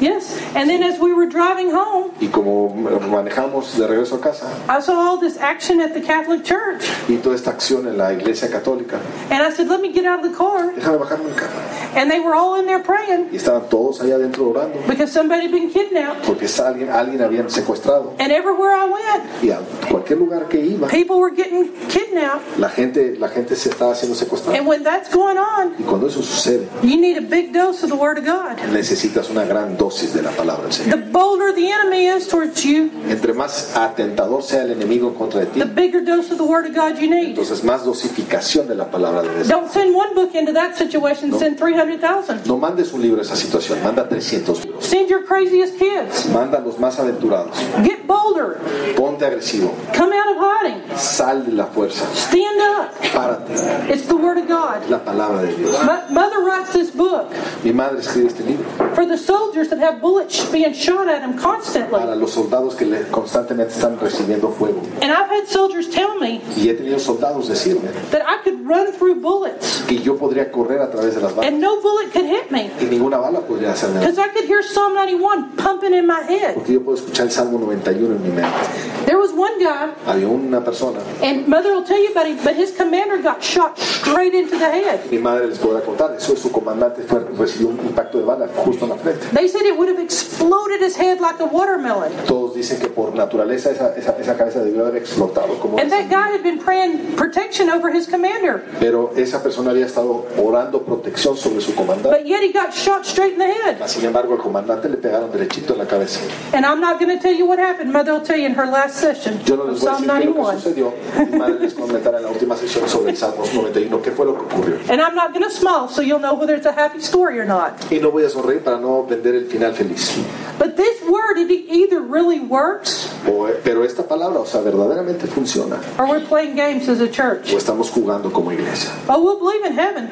S1: Yes. And then as we were driving home,
S2: Y como manejamos de regreso a casa
S1: I saw all this action at the Catholic Church,
S2: y toda esta acción en la iglesia católica,
S1: and I said, "Let me get out of the car."
S2: déjame bajarme el carro.
S1: And they were all in there praying
S2: Y estaban todos allá adentro orando
S1: because somebody had been kidnapped.
S2: porque alguien, alguien habían secuestrado.
S1: And everywhere I went,
S2: Y a cualquier lugar que iba,
S1: people were getting kidnapped.
S2: la gente, la gente se estaba haciendo secuestrada.
S1: And when that's going on,
S2: Y cuando eso sucede,
S1: You need a big dose of the Word of God.
S2: necesitas una gran dosis de la palabra del Señor.
S1: The bolder the enemy is towards you,
S2: Entre más atentador sea el enemigo contra ti,
S1: the bigger dose of the Word of God you need.
S2: entonces más dosificación de la palabra de Dios.
S1: Don't send one book into that situation, send 300,000.
S2: No mandes un libro a esa situación, manda 300 libros.
S1: Send your craziest kids.
S2: Manda a los más aventurados.
S1: Get bolder.
S2: Ponte agresivo.
S1: Come out of hiding.
S2: Sal de la fuerza.
S1: Stand up.
S2: Párate.
S1: It's the Word of God.
S2: La palabra de Dios.
S1: My mother writes this book
S2: Mi madre escribe este libro
S1: for the soldiers that have bullets sh- being shot at them
S2: para
S1: constantly.
S2: los soldados que le- constantemente están recibiendo fuego.
S1: And I've had soldiers tell me
S2: Y he tenido soldados decirme
S1: that I could run through bullets
S2: que yo podría correr a través de las balas
S1: and no bullet could hit me
S2: y ninguna bala podría hacerme nada.
S1: because I could hear Psalm 91 pumping in my head.
S2: Porque yo puedo escuchar el Salmo 91 en mi mente.
S1: There was one guy,
S2: Había una persona,
S1: and mother will tell you about it, but his commander got shot straight into the head.
S2: mi madre les podrá contar, eso su comandante fue, recibió un impacto de bala justo en la frente.
S1: They said it would have exploded his head like a watermelon.
S2: Todos dicen que por naturaleza esa, esa- esa cabeza debió haber explotado. Como
S1: And
S2: dicen.
S1: that guy had been praying protection over his commander,
S2: Pero esa persona había estado orando protección sobre su comandante.
S1: but yet he got shot straight in the head.
S2: Sin embargo, al comandante le pegaron derechito en la cabeza.
S1: And I'm not going to tell you what happened. Mother will tell you in her last session
S2: Yo no
S1: of
S2: les voy a
S1: Psalm
S2: decir qué es lo que
S1: 91.
S2: sucedió. Mi madre les comentará en la última sesión sobre el Salmo 91 qué fue lo que ocurrió.
S1: And I'm not going to smile so you'll know whether it's a happy story or not.
S2: Y no voy a sonreír para no vender el final feliz.
S1: But this word, it either really works
S2: O- eh, pero esta palabra, o sea, verdaderamente funciona.
S1: or we're playing games as a church.
S2: O estamos jugando como iglesia.
S1: Oh, we'll believe in heaven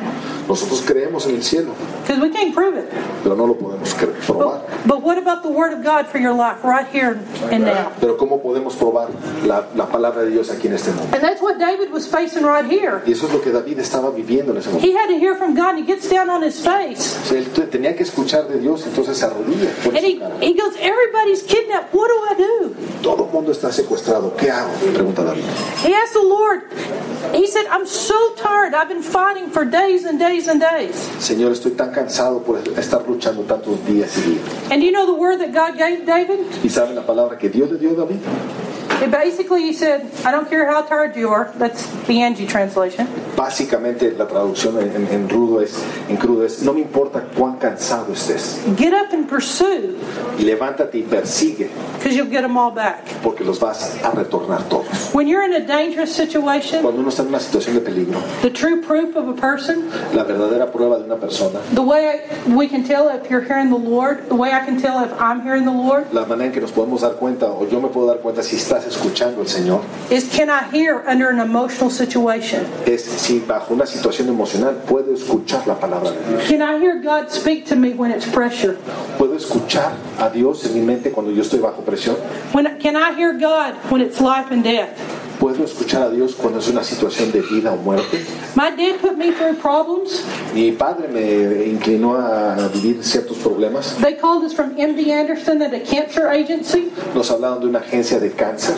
S2: Nosotros creemos en el cielo,
S1: because we can't prove it.
S2: pero no lo podemos cre- probar.
S1: But, but what about the word of God for your life right here and now?
S2: Pero ¿cómo podemos probar la, la palabra de Dios aquí en este mundo?
S1: And that's what David was facing right here.
S2: Y eso es lo que David estaba viviendo en ese momento.
S1: He had to hear from God and he gets down on his face.
S2: O sea, él te- tenía que escuchar de Dios, entonces se arrodilla. pone
S1: And
S2: su
S1: he,
S2: cara.
S1: he goes, Everybody's kidnapped. What do I do?
S2: Todo el mundo está secuestrado. ¿Qué hago? Pregunta David.
S1: He asked the Lord, he said, I'm so tired. I've been fighting for days and days and days.
S2: Señor, estoy tan cansado por estar luchando tantos días y días.
S1: And do you know the word that God gave David?
S2: ¿Y saben la palabra que Dios le dio a David?
S1: It basically, he said, I don't care how tired you are. That's the Angie translation.
S2: Básicamente la traducción en, en- en rudo es, en crudo es, no me importa cuán cansado estés,
S1: Get up and pursue
S2: levántate y persigue,
S1: because you'll get them all back.
S2: porque los vas a retornar todos.
S1: When you're in a dangerous situation,
S2: Cuando uno está en una situación de peligro,
S1: the true proof of a person,
S2: la verdadera prueba de una persona,
S1: the way we can tell if you're hearing the Lord, the way I can tell if I'm hearing the Lord,
S2: la manera en que nos podemos dar cuenta, o yo me puedo dar cuenta si estás escuchando al Señor,
S1: is can I hear under an emotional situation?
S2: es si bajo una situación emocional puedo escuchar la palabra de Dios.
S1: Can I hear God speak to me when it's pressure?
S2: Puedo escuchar a Dios en mi mente cuando yo estoy bajo presión.
S1: When can I hear God when it's life and death?
S2: Puedo escuchar a Dios cuando es una situación de vida o muerte.
S1: My dad put me through problems.
S2: Mi padre me inclinó a vivir ciertos problemas.
S1: They called us from MD Anderson at a cancer agency,
S2: Nos hablaron de una agencia de cáncer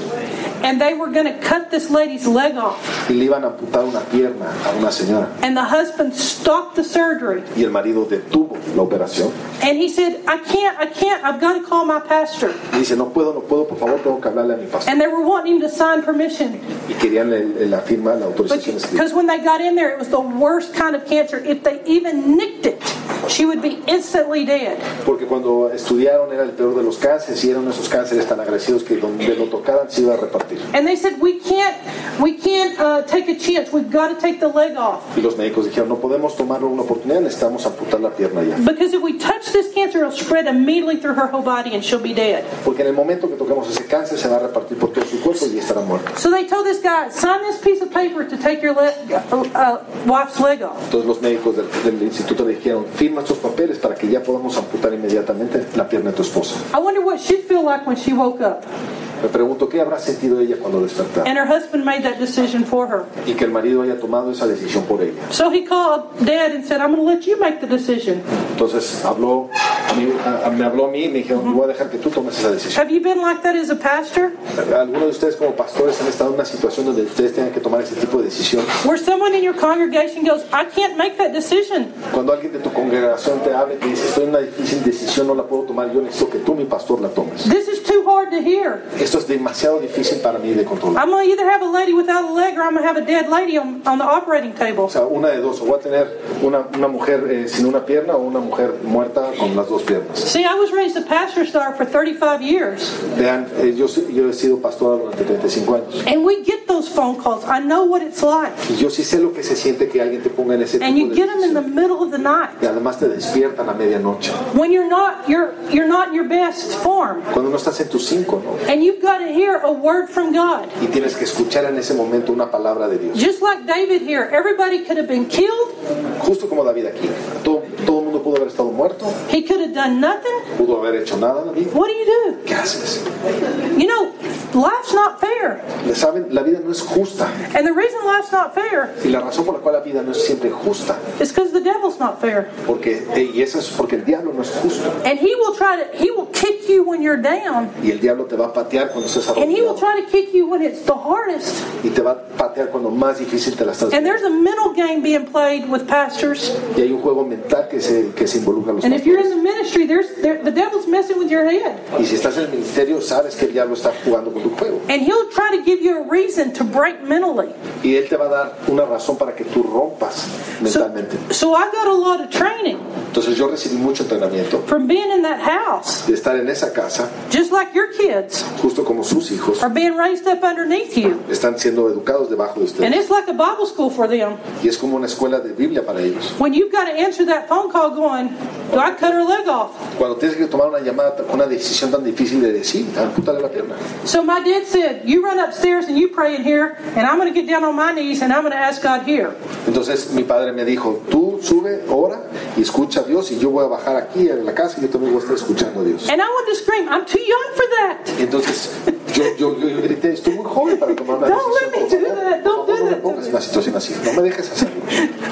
S1: and they were going to cut this lady's leg off.
S2: y le iban a amputar una pierna a una señora.
S1: And the husband stopped the surgery,
S2: Y el marido detuvo la operación.
S1: and he said, "I can't, I can't. I've got to call my pastor."
S2: Y dice, no puedo, no puedo, por favor, tengo que hablarle a mi pastor.
S1: And they were wanting him to sign permission
S2: Y querían el- el- la firma, la autorización escrita.
S1: because when they got in there, it was the worst kind of cancer. If they even nicked it, she would be instantly dead.
S2: Porque cuando estudiaron era el peor de los cánceres y eran esos cánceres tan agresivos que donde lo tocaran se iba a repartir.
S1: And they said, "We can't, we can't uh, take a chance. We've got to take the leg off."
S2: Y los médicos dijeron, no podemos tomarlo una oportunidad, necesitamos amputar la pierna ya.
S1: Because if we touch this cancer, it'll spread immediately through her whole body and she'll be dead.
S2: Porque en el momento que toquemos ese cáncer se va a repartir por todo su cuerpo y estará muerto.
S1: So they told this guy, sign this piece of paper to take your le- uh, uh, wife's leg off.
S2: Entonces los médicos del, del instituto le dijeron, firma estos papeles para que ya podamos amputar inmediatamente la pierna de tu esposa.
S1: I wonder what she'd feel like when she woke up.
S2: Me pregunto, ¿qué habrá sentido ella cuando despertara?
S1: And her husband made that decision for her.
S2: Y que el marido haya tomado esa decisión por ella.
S1: So he called dad and said, I'm going to let you make the decision.
S2: Entonces habló, a mí- a- a- me habló a mí y me dijeron, voy a dejar que tú tomes esa decisión.
S1: Have you been like that as a pastor?
S2: ¿Alguno de ustedes como pastores han estado en una situación donde ustedes tengan que tomar ese tipo de decisión?
S1: Where someone in your congregation goes, I can't make that decision.
S2: Cuando alguien de tu congregación te habla y te dice, estoy en una difícil decisión, no la puedo tomar, yo necesito que tú, mi pastor, la tomes.
S1: This is too hard to hear.
S2: Esto es demasiado difícil para mí de controlar.
S1: I'm going to either have a lady without a leg or I'm going to have a dead lady on, on the operating table.
S2: O sea, una de dos, o voy a tener una, una mujer eh, sin una pierna o una mujer muerta con las dos dos piernas.
S1: See, I was raised a pastor's daughter for 35 years,
S2: Vean, eh, yo, soy- yo he sido pastora durante 35 años.
S1: and we get those phone calls. I know what it's like.
S2: Y yo sí sé lo que se siente que alguien te ponga en ese
S1: And you
S2: tipo de
S1: get them in the
S2: posición.
S1: middle of the night
S2: Y además te despiertan a medianoche.
S1: when you're not you're you're not in your best form,
S2: Cuando no estás en tus cinco, ¿no?
S1: and you've got to hear a word from God.
S2: Y tienes que escuchar en ese momento una palabra de Dios.
S1: Just like David here, everybody could have been killed.
S2: Justo como David aquí. Todo, todo el mundo pudo haber estado muerto,
S1: He could have done nothing.
S2: pudo haber hecho nada, David.
S1: What do you
S2: ¿Qué haces?
S1: do? You know, life's not fair.
S2: Saben, la vida no es justa.
S1: And the reason life's not fair
S2: Y la razón por la cual la vida no es siempre justa,
S1: is because the devil's not fair.
S2: porque, y eso es porque el diablo no es justo.
S1: And he will try to he will kick you when you're down.
S2: Y el diablo te va a patear cuando estés
S1: And he will
S2: arrodillado.
S1: try to kick you when it's the hardest.
S2: Y te va a patear cuando más difícil te la estás.
S1: And there's a mental game being played with pastors.
S2: Y hay un juego mental que se, que se involucra a los
S1: And if you're in
S2: pastores.
S1: the ministry, there's there, the devil's messing with your head.
S2: Y si estás en el ministerio, sabes que el diablo está jugando con tu juego.
S1: And he'll try to give you a reason to break mentally.
S2: Y él te va a dar una razón para que tú rompas
S1: So,
S2: mentalmente.
S1: so I got a lot of training
S2: Entonces yo recibí mucho entrenamiento
S1: from being in that house,
S2: de estar en esa casa,
S1: just like your kids
S2: justo como sus hijos
S1: are being raised up underneath you.
S2: están siendo educados debajo de
S1: And
S2: ustedes.
S1: it's like a Bible school for them.
S2: Y es como una escuela de Biblia para ellos.
S1: When you've got to answer that phone call going, do I cut her leg off?
S2: Cuando tienes que tomar una llamada, una decisión tan difícil de decir, ampútale la pierna.
S1: So my dad said, you run upstairs and you pray in here, and I'm going to get down on my knees and I'm going to ask God here.
S2: Entonces mi padre me dijo, tú sube, ora y escucha a Dios y yo voy a bajar aquí en la casa y yo también voy a estar escuchando a Dios.
S1: And I wanted to scream, I'm too young for that.
S2: Entonces yo, yo, yo- yo grité, estoy muy joven para tomar una
S1: Don't let
S2: decisión.
S1: me
S2: por favor.
S1: do that, don't
S2: Por
S1: do
S2: favor, no me
S1: that to
S2: pongas
S1: me."
S2: en una situación así, no me dejes hacerlo.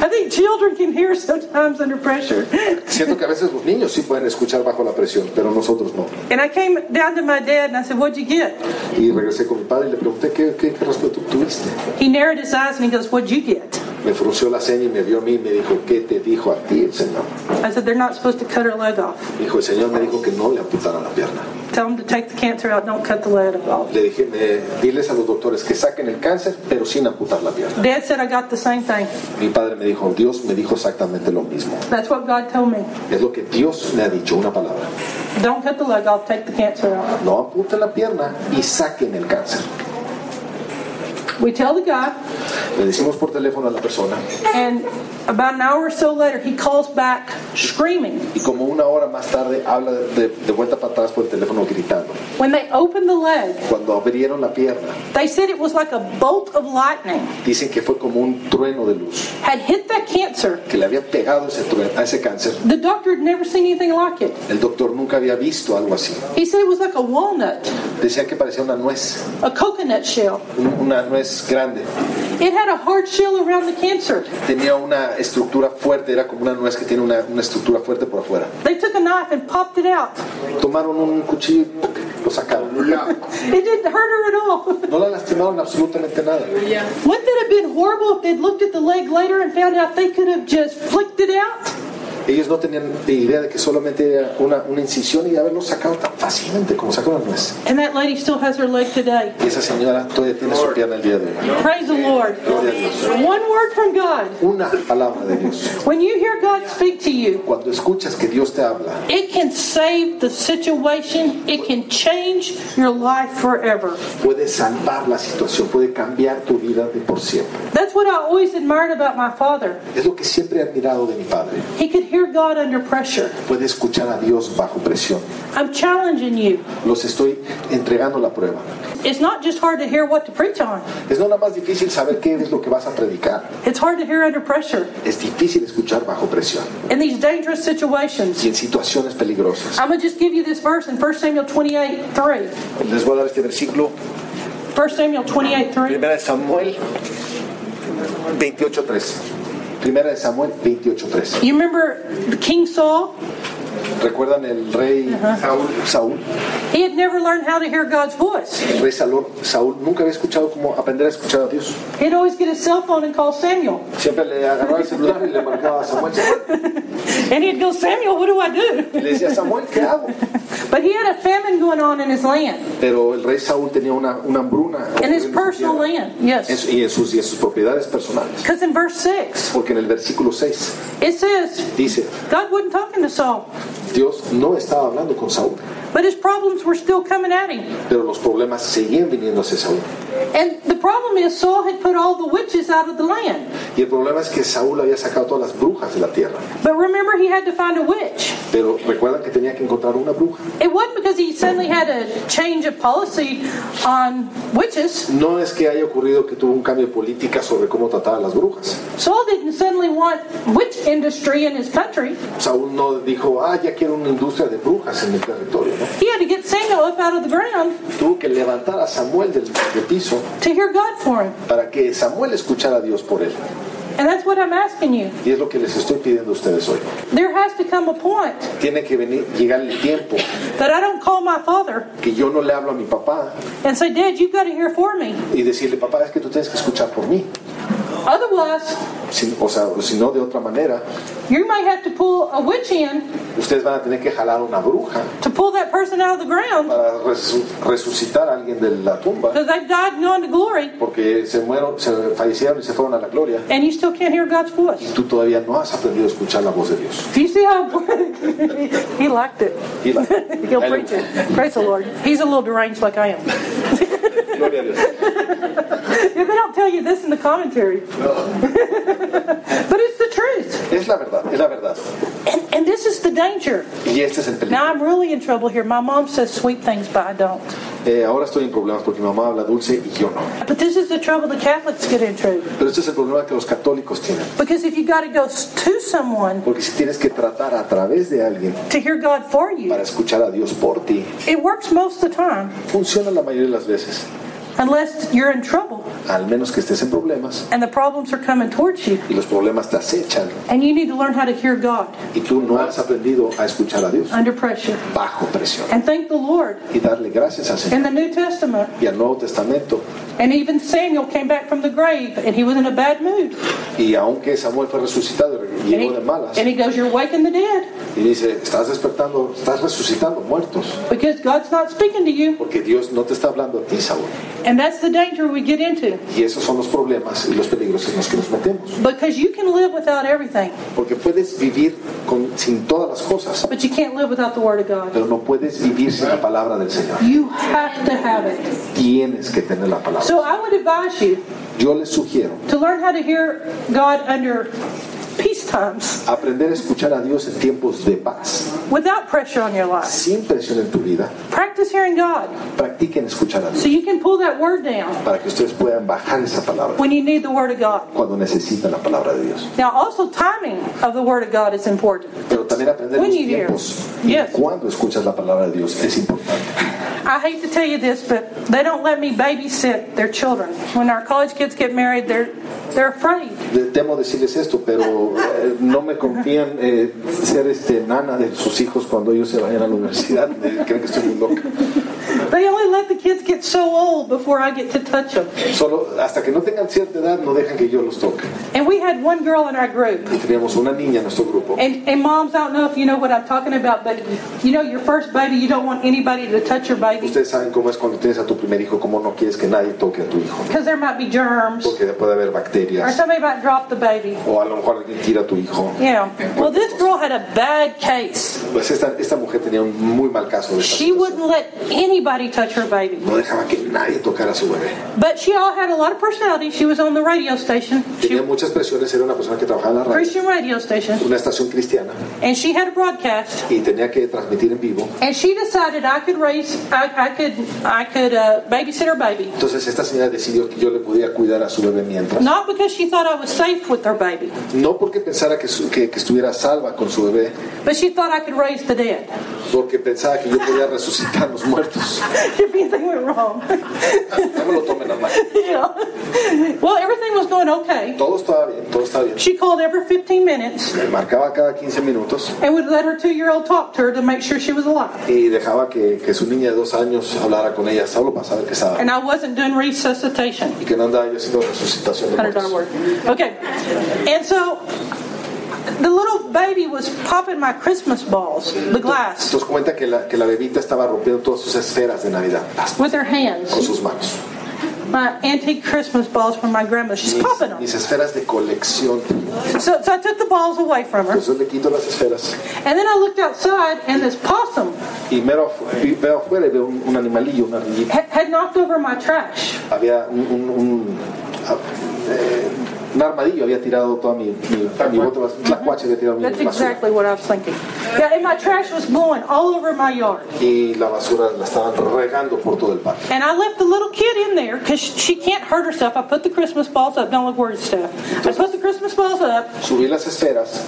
S1: I think children can hear [laughs] sometimes under pressure.
S2: Siento que a veces los niños sí pueden escuchar bajo la presión, pero nosotros no.
S1: And I came down to my dad and I said, What'd you get?
S2: Y regresé con mi padre y le pregunté, ¿qué, qué, qué respeto tuviste?
S1: He narrowed his eyes and he goes, What'd you get?
S2: Me frunció la ceña y me vio a mí y me dijo, ¿qué te dijo a ti el Señor?
S1: I said, They're not supposed to cut her leg off.
S2: Dijo, el Señor me dijo que no le amputaran la pierna.
S1: Tell them to take the cancer out, don't cut the leg off.
S2: Le dije, me- diles a los doctores que saquen el cáncer, pero sin amputar la pierna.
S1: Dad said, I got the same thing.
S2: Mi padre me dijo, Dios me dijo exactamente lo mismo.
S1: That's what God told me.
S2: Es lo que Dios me ha dicho, una palabra.
S1: Don't cut the leg off, take the cancer out.
S2: No amputen la pierna y saquen el cáncer.
S1: We tell the guy,
S2: Le decimos por teléfono a la persona
S1: and about an hour or so later, he calls back screaming.
S2: y como una hora más tarde habla de, de vuelta para atrás por el teléfono gritando.
S1: When they opened the leg,
S2: Cuando abrieron la pierna,
S1: they said it was like a bolt of lightning
S2: dicen que fue como un trueno de luz,
S1: had hit that cancer.
S2: que le había pegado ese truen- a ese cáncer.
S1: The doctor had never seen anything like it.
S2: El doctor nunca había visto algo así.
S1: He said it was like a walnut,
S2: Decía que parecía una nuez,
S1: a coconut shell.
S2: un- una nuez grande.
S1: It had a hard shell around the cancer.
S2: Tenía una estructura fuerte, era como una nuez que tiene una, una estructura fuerte por afuera.
S1: They took a knife and popped it out.
S2: Tomaron un cuchillo y lo sacaron.
S1: It didn't hurt her at all. [laughs]
S2: No la lastimaron absolutamente nada.
S1: Wouldn't that have been horrible if they'd looked at the leg later and found out they could have just flicked it out?
S2: Ellos no tenían idea de que solamente era una, una incisión y haberlo sacado tan fácilmente como sacó la nuez.
S1: And that lady still has her leg today.
S2: Y esa señora todavía tiene su pierna el día de hoy.
S1: Praise the Lord. One word from God.
S2: Una palabra de Dios.
S1: When you hear God speak to you,
S2: Cuando escuchas que Dios te habla,
S1: it can save the situation. It can change your life forever.
S2: puede salvar la situación, puede cambiar tu vida de por siempre.
S1: That's what I always admired about my father.
S2: Es lo que siempre he admirado de mi padre.
S1: He could hear God under pressure.
S2: Puede escuchar a Dios bajo presión.
S1: I'm challenging you.
S2: Los estoy entregando la prueba.
S1: It's not just hard to hear what to preach on.
S2: Es no nada más difícil saber qué es lo que vas a predicar.
S1: It's hard to hear under pressure
S2: Es difícil escuchar bajo presión
S1: in these dangerous situations.
S2: y en situaciones peligrosas.
S1: I'm going to just give you this verse in 1 Samuel 28 3.
S2: Les voy a dar este versículo.
S1: 1 Samuel 28 3.
S2: Primera de Samuel 28.3. Primera de Samuel 28.3.
S1: You remember King Saul?
S2: ¿Recuerdan el rey Saúl? Saúl?
S1: He had never learned how to hear God's voice.
S2: El rey Saúl, Saúl nunca había escuchado cómo aprender a escuchar a Dios.
S1: He'd always get his cell phone and call Samuel.
S2: Siempre le agarraba el celular y le marcaba a Samuel. Samuel.
S1: And he'd go, Samuel, what do I do?
S2: Le decía, Samuel, ¿qué hago?
S1: But he had a famine going on in his land,
S2: Pero el rey Saúl tenía una, una hambruna.
S1: in his personal land.
S2: En
S1: Yes.
S2: su- y, en sus, y en sus propiedades personales.
S1: Because in verse 6,
S2: Porque en el versículo 6
S1: it says,
S2: dice,
S1: God wasn't talking to Saul.
S2: Dios no estaba hablando con Saúl,
S1: but his problems were still coming at him.
S2: pero los problemas seguían viniendo hacia Saúl.
S1: And the problem is Saul had put all the witches out of the land.
S2: Y el problema es que Saúl había sacado todas las brujas de la tierra,
S1: But remember, he had to find a witch.
S2: pero recuerdan que tenía que encontrar una bruja.
S1: It wasn't because he suddenly had a change of policy on witches.
S2: No es que haya ocurrido que tuvo un cambio de política sobre cómo tratar a las brujas.
S1: Saul didn't suddenly want witch industry in his country.
S2: Saúl no dijo, ah, ya quiero una industria de brujas en mi territorio. ¿no?
S1: He had to get Samuel up out of the ground
S2: Tuvo que levantar a Samuel del, del piso
S1: to hear God for him.
S2: para que Samuel escuchara a Dios por él.
S1: And that's what I'm asking you.
S2: Y es lo que les estoy pidiendo a ustedes hoy.
S1: There has to come a point
S2: Tiene que venir, llegar el tiempo
S1: that I don't call my father
S2: que yo no le hablo a mi papá
S1: and say, Dad, you've got to hear for me.
S2: y decirle, papá, es que tú tienes que escuchar por mí.
S1: Otherwise,
S2: Si- o sea, o si no, de otra manera,
S1: you might have to pull a witch in
S2: ustedes van a tener que jalar a una bruja
S1: to pull that person out of the ground
S2: para resu- resucitar a alguien de la tumba,
S1: because they've died and gone to glory
S2: porque se mueron, se fallecieron y se fueron a la gloria.
S1: and you still can't hear God's
S2: Y
S1: voice.
S2: tú todavía no has aprendido a escuchar la voz de Dios.
S1: Do you see how [laughs] he liked it?
S2: Y la-
S1: He'll preach it. Praise the Lord. He's a little deranged like I am. [laughs]
S2: Gloria a Dios.
S1: If they don't tell you this in the commentary, [laughs] but it's the truth.
S2: Es la verdad, es la verdad.
S1: And, and this is the danger.
S2: Y este es el peligro.
S1: Now I'm really in trouble here. My mom says sweet things, but I don't.
S2: Eh, ahora estoy en problemas porque mi mamá habla dulce y yo no.
S1: But this is the trouble the Catholics get into.
S2: Pero este es el problema que los católicos tienen.
S1: Because if you got to go s- to someone
S2: Porque si tienes que tratar a través de alguien
S1: to hear God for you,
S2: para escuchar a Dios por ti,
S1: it works most of the time,
S2: funciona la mayoría de las veces.
S1: unless you're in trouble
S2: Al menos que estés en problemas
S1: and the problems are coming towards you,
S2: y los problemas te acechan
S1: and you need to learn how to hear God
S2: y tú no has aprendido a escuchar a Dios
S1: under pressure.
S2: bajo presión.
S1: And thank the Lord.
S2: Y darle gracias al Señor
S1: In the New Testament,
S2: y al Nuevo Testamento.
S1: and even Samuel came back from the grave, and he was in a bad mood.
S2: Y aunque Samuel fue resucitado y
S1: And he,
S2: llegó de malas,
S1: and he goes, "You're waking the dead
S2: y dice, estás despertando, estás resucitando muertos.
S1: because God's not speaking to you."
S2: Porque Dios no te está hablando a ti, Saúl.
S1: And that's the danger we get into
S2: Y esos son los problemas y los peligros en los que nos metemos.
S1: because you can live without everything,
S2: Porque puedes vivir con, sin todas las cosas,
S1: but you can't live without the Word of God.
S2: pero no puedes vivir sin la palabra del Señor.
S1: You have to have it.
S2: Tienes que tener la palabra.
S1: So I would advise you
S2: Yo les sugiero
S1: to learn how to hear God under peace times
S2: aprender a escuchar a Dios en tiempos de paz,
S1: without pressure on your life.
S2: sin presión en tu vida.
S1: Practice hearing God
S2: Practiquen escuchar a Dios
S1: so you can pull that word down
S2: para que ustedes puedan bajar esa palabra
S1: when you need the Word of God.
S2: cuando necesitan la palabra de Dios.
S1: Now, also, timing of the Word of God is important.
S2: Pero también aprender los
S1: When you hear.
S2: tiempos
S1: Yes.
S2: y cuando escuchas la palabra de Dios es importante.
S1: I hate to tell you this, but they don't let me babysit their children. When our college kids get married, they're they're afraid.
S2: De- Temo decirles esto, pero eh, no me confían eh, ser este nana de sus hijos cuando ellos se vayan a la universidad. Eh, Creen que estoy muy loca.
S1: They only let the kids get so old before I get to touch them.
S2: Solo hasta que no tengan cierta edad no dejan que yo los toque.
S1: And we had one girl in our group.
S2: Y teníamos una niña en nuestro grupo.
S1: And, and moms, I don't know if you know what I'm talking about, but you know, your first baby, you don't want anybody to touch your baby
S2: Ustedes saben cómo es cuando tienes a tu primer hijo, cómo no quieres que nadie toque a tu hijo.
S1: because there might be germs
S2: Porque puede haber
S1: or
S2: bacterias.
S1: somebody might drop the baby.
S2: O a lo mejor alguien tira a tu hijo.
S1: Yeah. Well, this girl had a bad case.
S2: Pues esta, esta mujer tenía un muy mal caso de esta
S1: She
S2: situación.
S1: wouldn't let anybody touch her baby.
S2: No dejaba que nadie tocara a su bebé.
S1: But she all had a lot of personality. She was on the radio station. She
S2: Tenía muchas presiones, era una persona que trabajaba en la radio,
S1: Christian radio station,
S2: una estación cristiana,
S1: and she had a broadcast.
S2: y tenía que transmitir en vivo.
S1: And she decided I could raise, I, I could, I could uh, babysit her baby.
S2: Entonces esta señora decidió que yo le podía cuidar a su bebé mientras.
S1: Not because she thought I was safe with her baby,
S2: No porque pensara que, su- que- que estuviera salva con su bebé,
S1: but she thought I could raise the dead [laughs]
S2: porque pensaba que yo podía resucitar los muertos.
S1: if anything went wrong. [laughs]
S2: No me lo tomen a mal.
S1: you know? Well, everything was going okay.
S2: Todo estaba bien, todo estaba bien.
S1: She called every 15 minutes
S2: Me marcaba cada 15 minutos
S1: and would let her two-year-old talk to her to make sure she was alive.
S2: y dejaba que, que su niña de dos años hablara con ella solo para saber que estaba bien
S1: And I wasn't doing resuscitation.
S2: y que no andaba yo haciendo resucitación de
S1: hundred dollar
S2: muertos.
S1: word. Okay, and so the little baby was popping my Christmas balls, the glass,
S2: Entonces cuenta que la, que la bebita estaba rompiendo todas sus esferas de Navidad
S1: with her
S2: con
S1: hands.
S2: sus manos.
S1: my antique Christmas balls from my grandma. She's
S2: mis,
S1: popping them.
S2: mis esferas de colección.
S1: So, so I took the balls away from her.
S2: Entonces le quito las esferas
S1: And then I looked outside, and this possum
S2: y mero afu- y veo afuera y veo un, un animalillo, una ardillita.
S1: ha- had knocked over my trash.
S2: Había un, un, un, ah, eh, un armadillo, había tirado toda mi, mi, mi bote, las- las cuachas había tirado mi
S1: That's
S2: basura.
S1: exactly what I was thinking. Yeah, and my trash was blowing all over my yard.
S2: Y la basura la estaban regando por todo el patio.
S1: And I left the little kid in there because she can't hurt herself. I put the Christmas balls up. Don't look worried, Steph. I put the Christmas balls up,
S2: Subí las esferas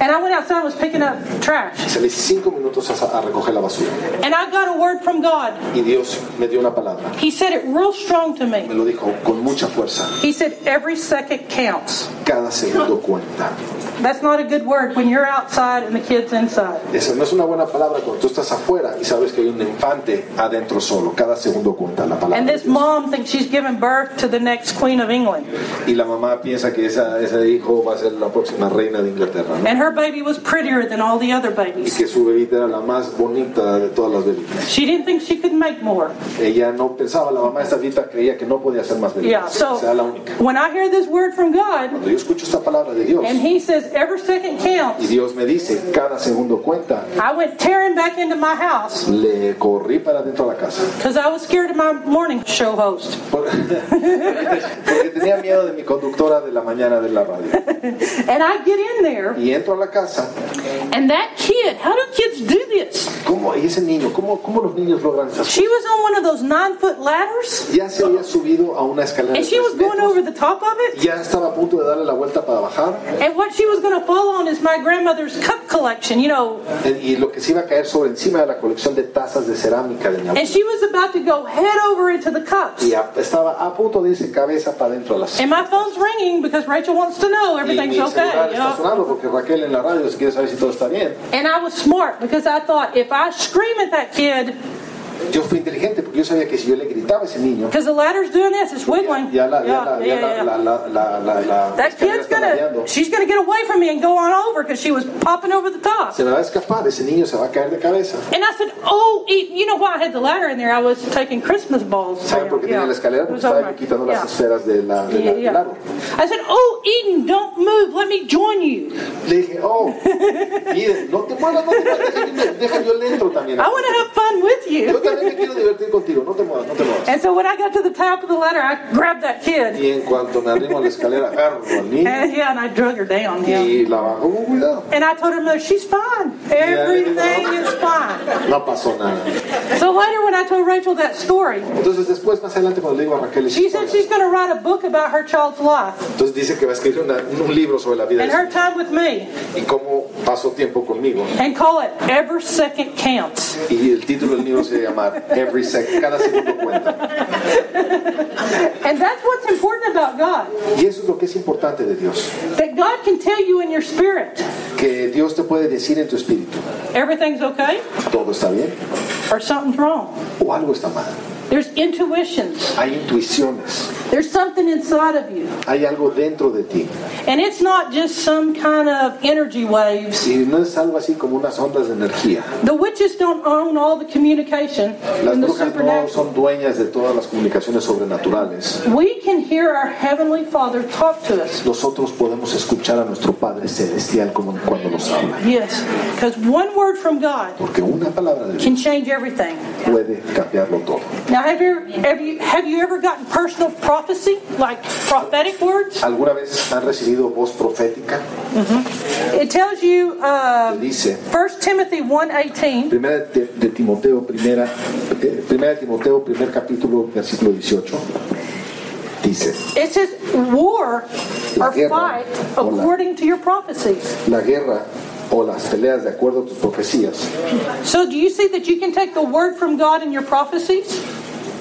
S1: and I went outside and was picking up
S2: y
S1: trash.
S2: salí cinco minutos a, a recoger la basura.
S1: And I got a word from God.
S2: Y Dios me dio una palabra.
S1: He said it real strong to
S2: Me
S1: me.
S2: lo dijo con mucha fuerza.
S1: He said, Every second counts.
S2: Cada segundo cuenta.
S1: That's not a good word when you're outside and the kid's inside.
S2: Eso no es una buena palabra cuando tú estás afuera y sabes que hay un infante adentro solo. Cada segundo cuenta la palabra.
S1: And
S2: de
S1: this
S2: Dios.
S1: mom thinks she's giving birth to the next Queen of England.
S2: Y la mamá piensa que esa, ese hijo va a ser la próxima reina de Inglaterra. ¿no?
S1: And her baby was prettier than all the other
S2: Y
S1: babies.
S2: que su bebita era la más bonita de todas las bebitas.
S1: She didn't think she could make more.
S2: Ella no pensaba, la mamá de esta bebita creía que no podía ser más bebita.
S1: Yeah, so
S2: Era la única.
S1: when I hear this word from God,
S2: Cuando yo escucho esta palabra de Dios
S1: and He says every second
S2: y
S1: counts,
S2: Dios me dice, cada segundo cuenta,
S1: I went tearing back into my house
S2: le corrí para adentro de la casa.
S1: because I was scared of my morning show host.
S2: Por- [laughs] Porque tenía miedo de mi conductora de la mañana de la radio.
S1: And I get in there,
S2: Y entro a la casa
S1: and that kid, how do kids do this?
S2: ¿Cómo? Y ese niño, ¿cómo, cómo los niños logran esas
S1: She was on one of those nine foot ladders,
S2: Ya se había subido a una escalera.
S1: and
S2: de
S1: she was
S2: tres
S1: going
S2: metros,
S1: over the top of it.
S2: Ya estaba a punto de darle la vuelta para bajar.
S1: And what she was going to fall on is my grandmother's cup collection, you know.
S2: eh, Y lo que se iba a caer sobre encima de la colección de tazas de cerámica de mi abuela.
S1: And she was about to go head over into the cups.
S2: Y a- estaba a punto de irse cabeza para adentro de las.
S1: And my phone's ringing because Rachel wants to know
S2: Y mi
S1: everything's okay,
S2: celular
S1: you
S2: está
S1: know.
S2: sonando porque Raquel en la radio si quiere saber si todo está bien.
S1: And I was smart because I thought if I scream at that kid,
S2: Yo fui inteligente porque yo sabía que si yo le gritaba a ese niño,
S1: because the ladder's doing this, it's wiggling.
S2: ya la, ya la, ya
S1: yeah,
S2: la,
S1: yeah.
S2: la, la, la, la- la
S1: That
S2: escalera
S1: kid's
S2: está ladeando.
S1: gonna, she's gonna get away from me and go on over because she was popping over the top.
S2: Se me va a escapar, ese niño se va a caer de cabeza.
S1: And I said, oh, eat. you know why I had the ladder in there? I was taking Christmas balls.
S2: ¿Saben por qué tenía la escalera?
S1: It was
S2: Porque estaba
S1: over.
S2: yo quitando las
S1: Yeah.
S2: esferas de la, de la-
S1: Yeah,
S2: del
S1: yeah.
S2: árbol.
S1: I said, "Oh, Eden, don't move. Let me join you.
S2: Le dije, oh, miren, no te muevas, no te muevas, deja, que- deja yo le entro también.
S1: I want to have fun with
S2: Yo
S1: you."
S2: también me quiero divertir contigo, no te muevas, no te muevas.
S1: And so when I got to the top of the ladder, I grabbed that kid,
S2: Y en cuanto me arrimo a la escalera, agarro al niño
S1: and yeah, and I drug her down. Yeah.
S2: y la bajo con cuidado.
S1: And I told her mother, "She's fine. Everything is fine."
S2: No pasó nada.
S1: So later, when I told Rachel that story,
S2: Entonces después, más adelante, cuando le digo a Raquel, esa
S1: she said
S2: historia,
S1: she's going to write a book about her child's life
S2: entonces dice que va a escribir una- un libro sobre la vida
S1: and
S2: de
S1: her time with me,
S2: y cómo pasó tiempo conmigo.
S1: and call it "Every Second Counts."
S2: Y el título del libro se llama Every Second, cada segundo cuenta.
S1: And that's what's important about God.
S2: Y eso es lo que es importante de Dios.
S1: That God can tell you in your spirit,
S2: que Dios te puede decir en tu espíritu,
S1: everything's okay
S2: todo está bien
S1: or something's wrong.
S2: o algo está mal.
S1: There's intuitions.
S2: Hay intuiciones,
S1: There's something inside of you.
S2: hay algo dentro de ti.
S1: And it's not just some kind of energy waves.
S2: Y no es algo así como unas ondas de energía.
S1: The witches don't own all the communication
S2: Las
S1: in the
S2: brujas no
S1: supernatural.
S2: son dueñas de todas las comunicaciones sobrenaturales.
S1: We can hear our Heavenly Father talk to us.
S2: Nosotros podemos escuchar a nuestro Padre Celestial como cuando nos habla.
S1: Yes, because one word from God
S2: Porque una palabra de Dios
S1: can change everything.
S2: puede cambiarlo todo.
S1: Now, have you, have you, have you ever gotten personal prophecy, like prophetic words?
S2: ¿Alguna vez han recibido voz profética?
S1: It tells you, uh,
S2: Dice
S1: 1 Timothy 1.18,
S2: Primera de, de Timoteo, primera, eh, primera de Timoteo, primer capítulo, versículo 18, dice,
S1: it says, war
S2: La
S1: or
S2: guerra,
S1: fight
S2: o la-
S1: according to your prophecies.
S2: la guerra o las peleas de acuerdo a tus profecías,
S1: So, do you see that you can take the word from God in your prophecies?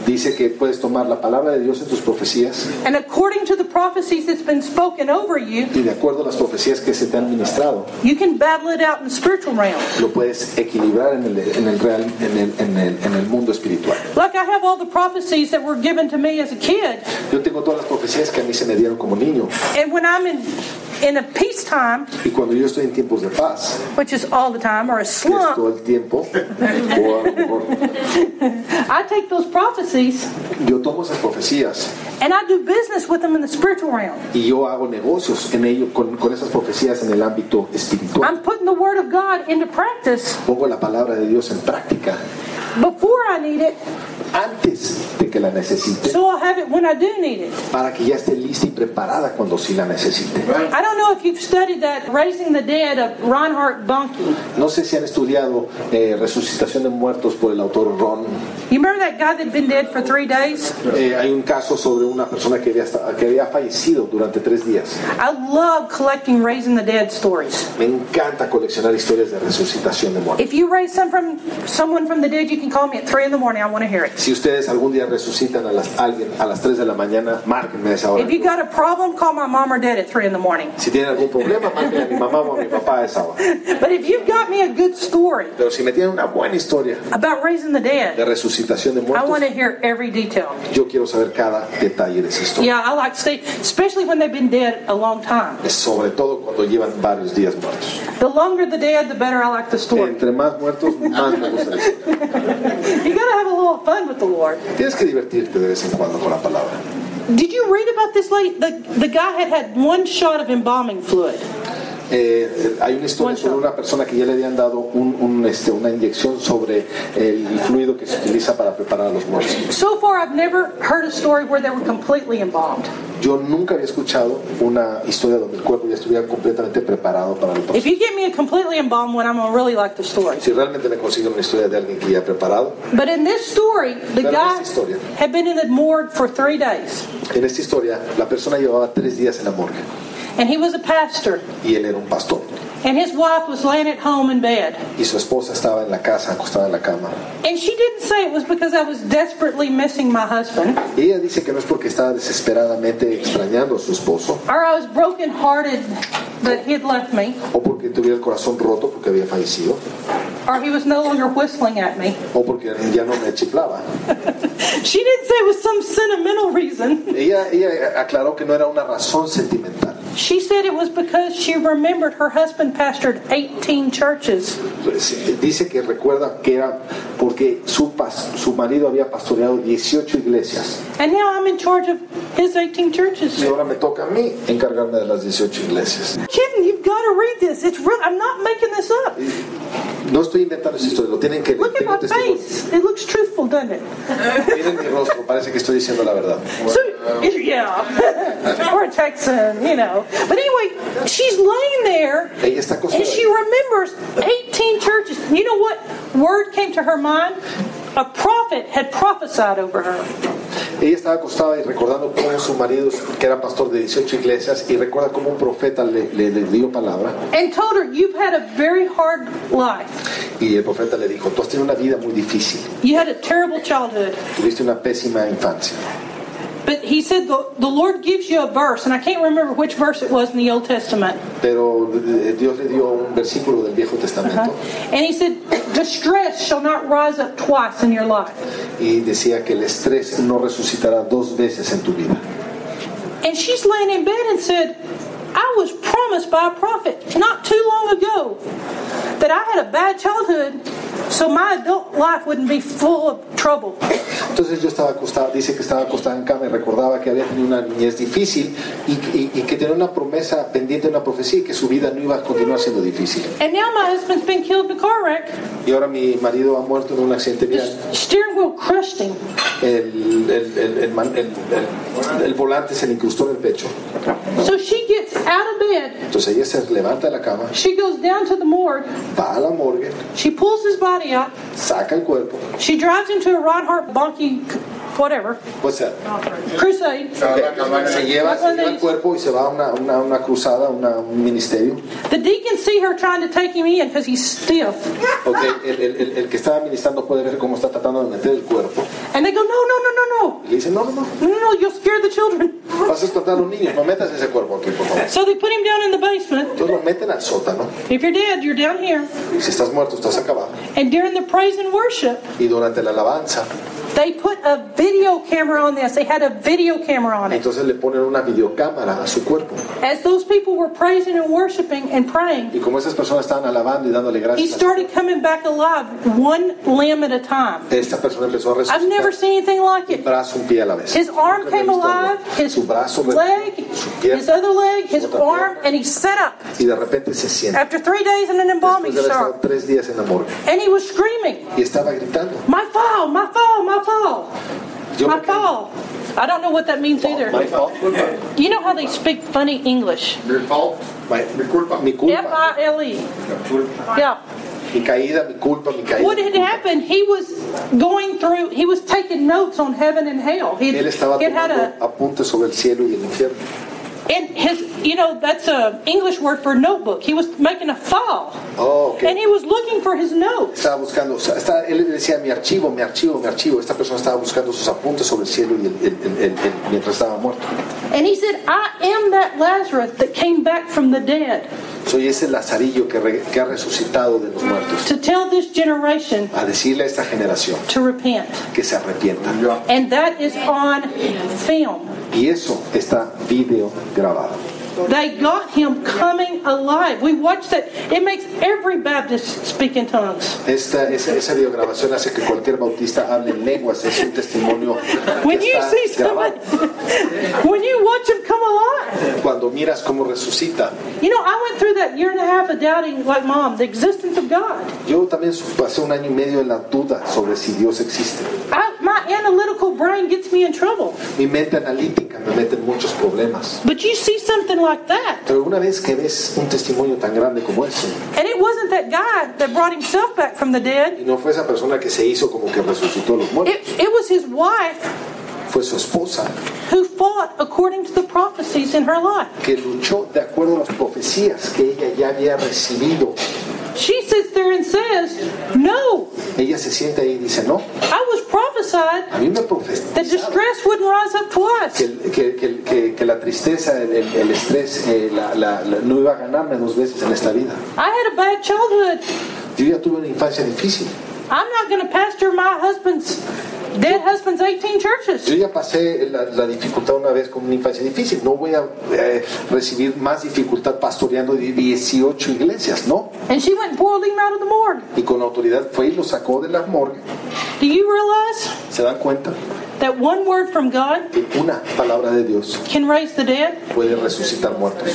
S2: dice que puedes tomar la palabra de Dios en tus profecías
S1: And according to the prophecies that's been spoken over you,
S2: y de acuerdo a las profecías que se te han ministrado,
S1: you can battle it out in the spiritual realm.
S2: lo puedes equilibrar en el, en el, real, en el, en el, en el mundo espiritual.
S1: Like, I have all the prophecies that were given to me as a kid,
S2: Yo tengo todas las profecías que a mí se me dieron como niño
S1: and when I'm in in a peacetime,
S2: Y cuando yo estoy en tiempos de paz,
S1: which is all the time, or a
S2: que es todo
S1: slump,
S2: el tiempo, o a lo mejor
S1: I take those prophecies
S2: yo tomo esas profecías
S1: and I do business with them in the spiritual realm.
S2: y yo hago negocios en ello, con, con esas profecías en el ámbito espiritual.
S1: I'm putting the Word of God into practice
S2: Pongo la palabra de Dios en práctica
S1: before I need it,
S2: antes de que la necesite,
S1: so I'll have it when I do need it.
S2: para que ya esté lista y preparada cuando sí la necesite.
S1: I don't know if you've studied that Raising the Dead of Reinhard Bonnke.
S2: No sé si han estudiado eh, Resucitación de Muertos por el autor Ron.
S1: You remember that guy that'd been dead for three days?
S2: Eh, hay un caso sobre una persona que había, esta- que había fallecido durante tres días.
S1: I love collecting Raising the Dead stories.
S2: Me encanta coleccionar historias de resucitación de muertos.
S1: If you raise some from, someone from the dead, you can call me at 3 in the morning. I want to hear it.
S2: Si ustedes algún día resucitan a, las, a alguien a las 3 de la mañana, márquenme a esa hora.
S1: If you got a problem, call my mom or dad at 3 in the morning.
S2: Si tienen algún problema, márquenme a mi mamá o a mi papá a esa hora.
S1: But if you've got me a good story
S2: Pero si me tienen una buena historia
S1: about raising the
S2: de
S1: dead,
S2: resucitación de
S1: I want
S2: muertos,
S1: to hear every detail.
S2: yo quiero saber cada detalle de esa historia.
S1: Yeah, I like to stay, especially when they've been dead a long time.
S2: Sobre todo cuando llevan varios días muertos.
S1: The longer the dead, the better I like the story.
S2: Entre más muertos, más me gusta la historia.
S1: You gotta have a little fun with the Lord.
S2: Tienes que divertirte de vez en cuando con la palabra.
S1: Did you read about this lady? The, the guy had had one shot of embalming fluid.
S2: Eh, hay una historia
S1: One
S2: sobre
S1: shot.
S2: una persona que ya le habían dado un, un, este, una inyección sobre el fluido que se utiliza para preparar a los muertos.
S1: So far, I've never heard a story where they were completely embalmed.
S2: Yo nunca había escuchado una historia donde el cuerpo ya estuviera completamente preparado para el
S1: If
S2: proceso.
S1: you get me a completely embalmed one, I'm gonna really like the story.
S2: Si realmente me consiguen una historia de alguien que ya ha preparado,
S1: But in this story, the
S2: Pero en
S1: guy
S2: esta historia.
S1: had been in the morgue for three days,
S2: en esta historia la persona llevaba tres días en la morgue
S1: and he was a pastor,
S2: y él era un pastor
S1: and his wife was laying at home in bed.
S2: y su esposa estaba en la casa, acostada en la cama.
S1: And she didn't say it was because I was desperately missing my husband
S2: Y ella dice que no es porque estaba desesperadamente extrañando a su esposo
S1: or I was brokenhearted that he had left me
S2: o porque tuviera el corazón roto porque había fallecido.
S1: or he was no longer whistling at me. [laughs]
S2: o porque ya no me chiflaba.
S1: She didn't say it was some sentimental reason.
S2: Ella, ella aclaró que no era una razón sentimental.
S1: She said it was because she remembered her husband pastored 18 churches
S2: Pues, Dice que recuerda que era porque su, pas- su marido había pastoreado 18 iglesias.
S1: and now I'm in charge of his 18
S2: Y
S1: churches.
S2: ahora me toca a mí encargarme de las 18 iglesias.
S1: Kidding, you've got to read this. It's real. I'm not making this up.
S2: No estoy inventando esa historia, lo tienen que
S1: Look at
S2: tengo
S1: my
S2: testigos.
S1: face. It looks truthful, doesn't it?
S2: Miren mi rostro, parece que estoy diciendo la verdad.
S1: So, yeah, [laughs] or a Texan, you know. But anyway, she's laying there
S2: Ella está acostada.
S1: And she remembers 18 churches. You know what word came to her mind? A prophet had prophesied over her.
S2: Ella estaba acostada y recordando cómo su marido, que era pastor de 18 iglesias, y recuerda cómo un profeta le- le- le dio palabra.
S1: And told her, You've had a very hard life.
S2: Y el profeta le dijo, tú has tenido una vida muy difícil.
S1: You had a terrible childhood.
S2: Tuviste una pésima infancia.
S1: But he said, The, the Lord gives you a verse. And I can't remember which verse it was in the Old Testament.
S2: Pero eh, Dios le dio un versículo del Viejo Testamento
S1: And he said, Distress shall not rise up twice in your life.
S2: y decía que el estrés no resucitará dos veces en tu vida.
S1: And she's laying in bed and said, I was promised by a prophet not too long ago that I had a bad childhood so my adult life wouldn't be full of trouble.
S2: Entonces yo estaba acostada, dice que estaba acostada en cama y recordaba que había tenido una niñez difícil y, y- y que tenía una promesa pendiente de una profecía y que su vida no iba a continuar siendo difícil.
S1: And now my husband's been killed in a car wreck.
S2: Y ahora mi marido ha muerto en un accidente vial.
S1: The steering wheel crushed him.
S2: El, el- el- el man- el- el- el volante se le incrustó en el pecho.
S1: So she gets out of bed.
S2: Entonces ella se levanta de la cama,
S1: She goes down to the morgue.
S2: va a la morgue,
S1: She pulls his body out.
S2: saca el cuerpo,
S1: She drives him to a Reinhardt Bonnke, whatever,
S2: o sea,
S1: crusade.
S2: Se lleva, se lleva el cuerpo y se va a una, una, una cruzada, una- un ministerio.
S1: The deacons see her trying to take him in because he's stiff.
S2: Ok, el, el- el- el que está ministrando puede ver cómo está tratando de meter el cuerpo.
S1: And they go, no, no, no, no, no.
S2: Y le dicen, no, no, no,
S1: No, no, no, you'll scare the children.
S2: vas a espantar a los niños, no metas ese cuerpo aquí, por favor.
S1: So they put him down in the basement.
S2: Entonces lo meten al sótano.
S1: If you're dead, you're down here.
S2: Si estás muerto, estás acabado.
S1: And during the praise and worship,
S2: Y durante la alabanza,
S1: They put a video camera on this. They had a video camera on it.
S2: Entonces le ponen una videocámara a su cuerpo.
S1: As those people were praising and worshiping and praying,
S2: Y como esas personas estaban alabando y dándole
S1: he
S2: gracias,
S1: started coming back alive one limb at a time.
S2: esta persona empezó a
S1: I've never
S2: resucitar
S1: seen anything like
S2: un
S1: it.
S2: brazo, un pie a la vez.
S1: His arm came alive, his
S2: su brazo,
S1: leg,
S2: su
S1: his
S2: pierna,
S1: other leg, his
S2: otra
S1: arm,
S2: pierna.
S1: and he sat up
S2: y de repente se sienta.
S1: after three days in an embalming
S2: Después de haber estado
S1: shower.
S2: tres días en la morgue
S1: And he was screaming,
S2: y estaba gritando.
S1: My fall, my fall, my fall,
S2: Yo
S1: my
S2: me caí.
S1: fall. I don't know what that means either.
S2: My fault.
S1: You know how they speak funny English?
S3: Mi fault,
S2: My-
S3: mi culpa,
S2: mi
S1: F
S2: culpa,
S1: I L E. Yeah.
S2: mi caída, mi culpa, mi caída.
S1: What had happened, he was going through, he was taking notes on heaven and hell. He,
S2: Él estaba
S1: it had a,
S2: tomando apuntes sobre el cielo y el infierno.
S1: and his, you know, that's a English word for notebook. He was making a file.
S2: Oh, ok.
S1: And he was looking for his notes.
S2: Estaba buscando, o sea, está- él decía mi archivo, mi archivo, mi archivo. Esta persona estaba buscando sus apuntes sobre el cielo y el, el- el- el- el- mientras estaba muerto.
S1: And he said, I am that Lazarus that came back from the dead
S2: Soy ese lazarillo que, re- que ha resucitado de los muertos.
S1: to tell this generation
S2: A decirle a esta generación
S1: to repent.
S2: que se arrepientan.
S1: And that is on film.
S2: Y eso está video grabado.
S1: They got him coming alive. We watched that. It makes every Baptist speak in tongues.
S2: Esta, esa, esa videograbación hace que cualquier bautista hable en lenguas. Es un testimonio. que
S1: When you
S2: está
S1: see
S2: grabado.
S1: somebody, [laughs] when you watch him come alive.
S2: Cuando miras cómo resucita.
S1: You know, I went through that year and a half of doubting, like mom, the existence of God.
S2: Yo también pasé un año y medio en la duda sobre si Dios existe.
S1: I, my analytical brain gets me in trouble.
S2: Mi mente analítica me mete en muchos problemas.
S1: But you see something like that.
S2: Pero una vez que ves un testimonio tan grande como ese,
S1: And it wasn't that guy that brought himself back from the dead.
S2: y no fue esa persona que se hizo como que resucitó a los muertos,
S1: It, it was his wife
S2: fue su esposa
S1: who fought according to the prophecies in her life.
S2: que luchó de acuerdo a las profecías que ella ya había recibido.
S1: She sits there and says, No,
S2: Ella se sienta ahí y dice, no,
S1: I was prophesied
S2: a mí me
S1: that
S2: profetizaron
S1: distress wouldn't rise up twice.
S2: que, que- que- que- que la tristeza, el, el- el estrés, eh, la- la- la- no iba a ganarme dos veces en esta vida.
S1: I had a bad childhood.
S2: Yo ya tuve una infancia difícil.
S1: I'm not going to pastor my husband's dead husband's 18
S2: Yo
S1: churches.
S2: ya pasé la, la dificultad una vez con una infancia difícil. No voy a eh, recibir más dificultad pastoreando de 18 iglesias, ¿no?
S1: And she went and boiled him out of the morgue.
S2: Y con autoridad fue y lo sacó de la morgue.
S1: Do you realize
S2: ¿Se dan cuenta?
S1: that one word from God
S2: Que una palabra de Dios
S1: can raise the dead?
S2: puede resucitar muertos.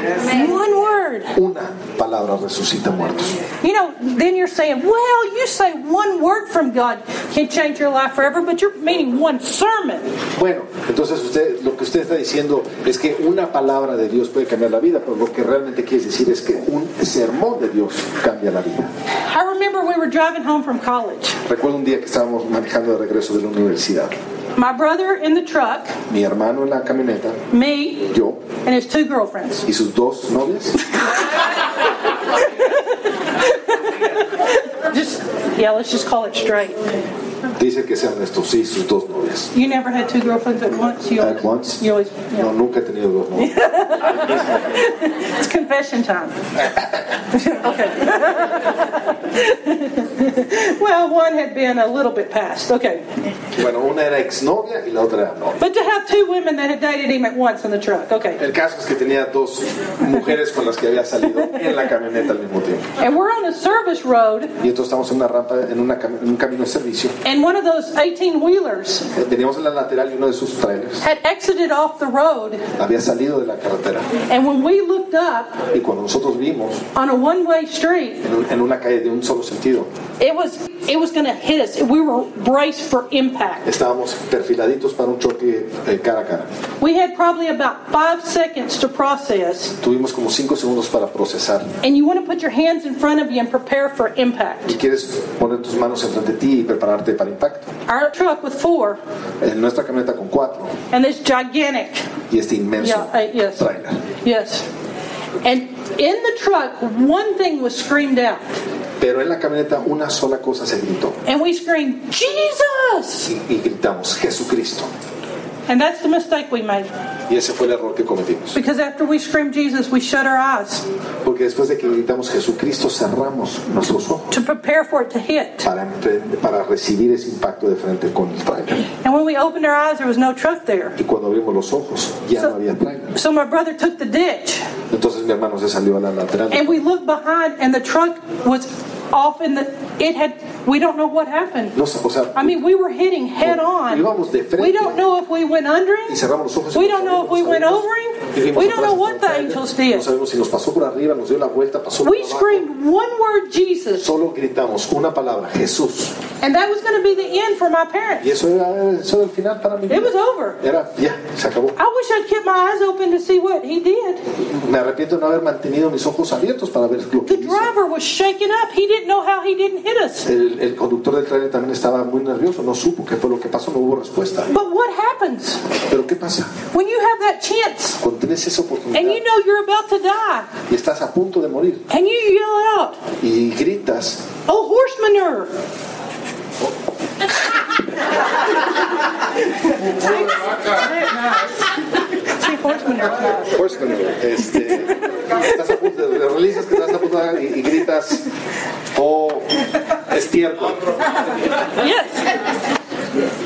S1: One word.
S2: Una palabra resucita muertos.
S1: You know, then you're saying, well, you say one word from God can change your life forever, but you're meaning one sermon.
S2: Bueno, entonces usted, lo que usted está diciendo es que una palabra de Dios puede cambiar la vida, pero lo que realmente quieres decir es que un sermón de Dios cambia la vida.
S1: I remember we were driving home from college.
S2: Recuerdo un día que estábamos manejando de regreso de la universidad.
S1: My brother in the truck,
S2: Mi hermano en la camioneta,
S1: me,
S2: yo
S1: and his two girlfriends.
S2: y sus dos novias.
S1: Just, yeah, let's just call it straight.
S2: Dice que sean estos, sí, sus dos novias.
S1: You never had two girlfriends at once? You
S2: At
S1: always,
S2: once.
S1: You always yeah.
S2: No, nunca he tenido dos novias.
S1: It's confession
S2: [laughs]
S1: time. okay. [laughs] well, one had been a little bit past. Okay.
S2: Bueno, una era exnovia y la otra era novia.
S1: But to have two women that had dated him at once in the truck. Okay.
S2: El caso es que tenía dos mujeres con las que había salido en la camioneta al mismo tiempo.
S1: And we're on a service road,
S2: Y entonces estamos en una rampa, en, una cami- en un camino de servicio.
S1: and one of those 18 wheelers
S2: Teníamos en la lateral y uno de sus trailers
S1: had exited off the road.
S2: había salido de la carretera.
S1: And when we looked up
S2: Y cuando nosotros vimos
S1: on a one way street,
S2: en, un- en una calle de un solo sentido,
S1: it was it was going to hit us. We were braced for impact.
S2: estábamos perfiladitos para un choque eh, cara a cara.
S1: We had probably about five seconds to process.
S2: Tuvimos como cinco segundos para procesar.
S1: And you want to put your hands in front of you and prepare for
S2: Y
S1: impact.
S2: quieres poner tus manos enfrente de ti y prepararte para impacto.
S1: Our truck with four,
S2: En nuestra camioneta con cuatro
S1: and this gigantic,
S2: y este inmenso
S1: yeah, uh, yes,
S2: trailer.
S1: yes. And in the truck, one thing was screamed out,
S2: Pero en la camioneta una sola cosa se gritó.
S1: and we screamed, "Jesus!"
S2: Y, y gritamos, Jesucristo.
S1: And that's the mistake we made.
S2: Y ese fue el error que cometimos.
S1: Because after we scream Jesus, we shut our eyes
S2: Porque después de que gritamos Jesucristo, cerramos nuestros ojos
S1: to prepare for it to hit.
S2: para, empre- para recibir ese impacto de frente con el trailer.
S1: And when we opened our eyes, there was no truck there.
S2: Y cuando abrimos los ojos, ya no había trailer.
S1: So my brother took the ditch,
S2: Entonces mi hermano se salió a la lateral.
S1: and we looked behind, and the truck was off in the. It had. We don't know what happened.
S2: No, o sea,
S1: I mean, we were hitting head on.
S2: Íbamos de frente.
S1: We don't know if we went under
S2: y
S1: him.
S2: cerramos los ojos. y
S1: We
S2: nos
S1: don't know if
S2: abrimos,
S1: we went
S2: abrimos.
S1: over
S2: Y
S1: him.
S2: vimos
S1: We don't know
S2: atrás del
S1: what the
S2: tráiler.
S1: angels
S2: No
S1: did.
S2: sabemos si nos pasó por arriba, nos dio la vuelta, pasó por
S1: We
S2: abajo.
S1: screamed one word, Jesus,
S2: Solo gritamos una palabra, Jesús.
S1: and that was going to be the end for my
S2: Y
S1: parents.
S2: eso era, eso era el final para mí.
S1: It was over.
S2: Era, ya, se acabó.
S1: I wish I'd kept my eyes open to see what he did.
S2: Me arrepiento de no haber mantenido mis ojos abiertos para ver lo que
S1: The
S2: hizo.
S1: driver was shaken up. He didn't know how he didn't hit us.
S2: El, el conductor del trailer también estaba muy nervioso, no supo qué fue lo que pasó, no hubo respuesta.
S1: But what happens
S2: Pero ¿qué pasa?
S1: when you have that chance
S2: Cuando tienes esa
S1: and
S2: oportunidad
S1: you know you're about to die
S2: y estás a punto de morir
S1: and you yell out,
S2: y gritas,
S1: Oh, horse manure! See, horse manure.
S2: este, estás a punto de, realizas que estás a punto de y, y gritas, oh, estiércol.
S1: Yes.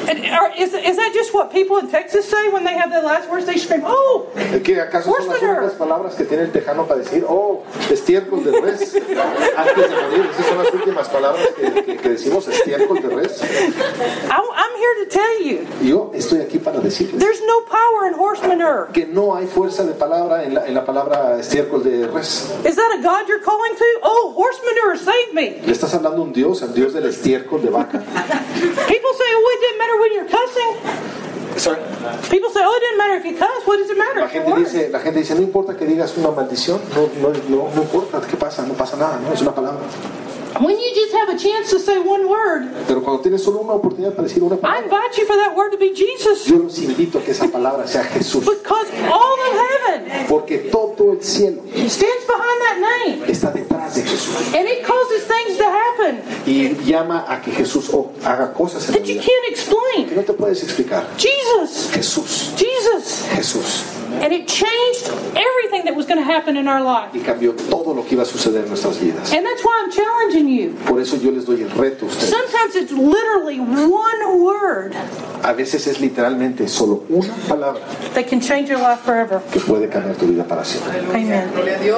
S1: And are, is, is that just what people in Texas say when they have their last words? They scream, "Oh!"
S2: ¿Qué, ¿Acaso son las únicas palabras que tiene el tejano para decir, oh, estiércol de res? Antes de morir, esas son las últimas palabras que, que- que decimos, estiércol de res.
S1: I, I'm here to tell you,
S2: Yo estoy aquí para decirles
S1: there's no power in horse manure.
S2: que no hay fuerza de palabra en la, en la palabra estiércol de res.
S1: Is that a God you're calling to? Oh, horse manure, save me!
S2: Le estás hablando a un dios, al dios del estiércol de vaca.
S1: People say, "Oh, it didn't matter when you're cussing." People say, "Oh, it didn't matter if you cuss. What does it matter?"
S2: La
S1: if you
S2: gente
S1: learn?"
S2: dice, la gente dice, no importa que digas una maldición, no, no, no, no importa, ¿qué pasa? No pasa nada, no es una palabra.
S1: When you just have a chance to say one word,
S2: Pero cuando tienes solo una oportunidad para decir una
S1: I
S2: palabra,
S1: invite you for that word to be Jesus,
S2: yo los invito a que esa palabra sea Jesús,
S1: because all of heaven
S2: porque todo el cielo
S1: stands behind that name,
S2: está detrás de Jesús
S1: and it causes things to happen.
S2: y llama a que Jesús oh, haga cosas en la
S1: that you
S2: vida
S1: can't
S2: que
S1: explain.
S2: no te puedes explicar.
S1: Jesus,
S2: Jesús,
S1: Jesus.
S2: Jesús.
S1: And it changed everything that was going to happen in our life.
S2: Y cambió todo lo que iba a suceder en nuestras vidas.
S1: And that's why I'm challenging you.
S2: Por eso yo les doy el reto a ustedes.
S1: Sometimes it's literally one word
S2: A veces es literalmente solo una palabra
S1: that can change your life forever.
S2: que puede cambiar tu vida para siempre.
S1: Amen.
S2: Amén.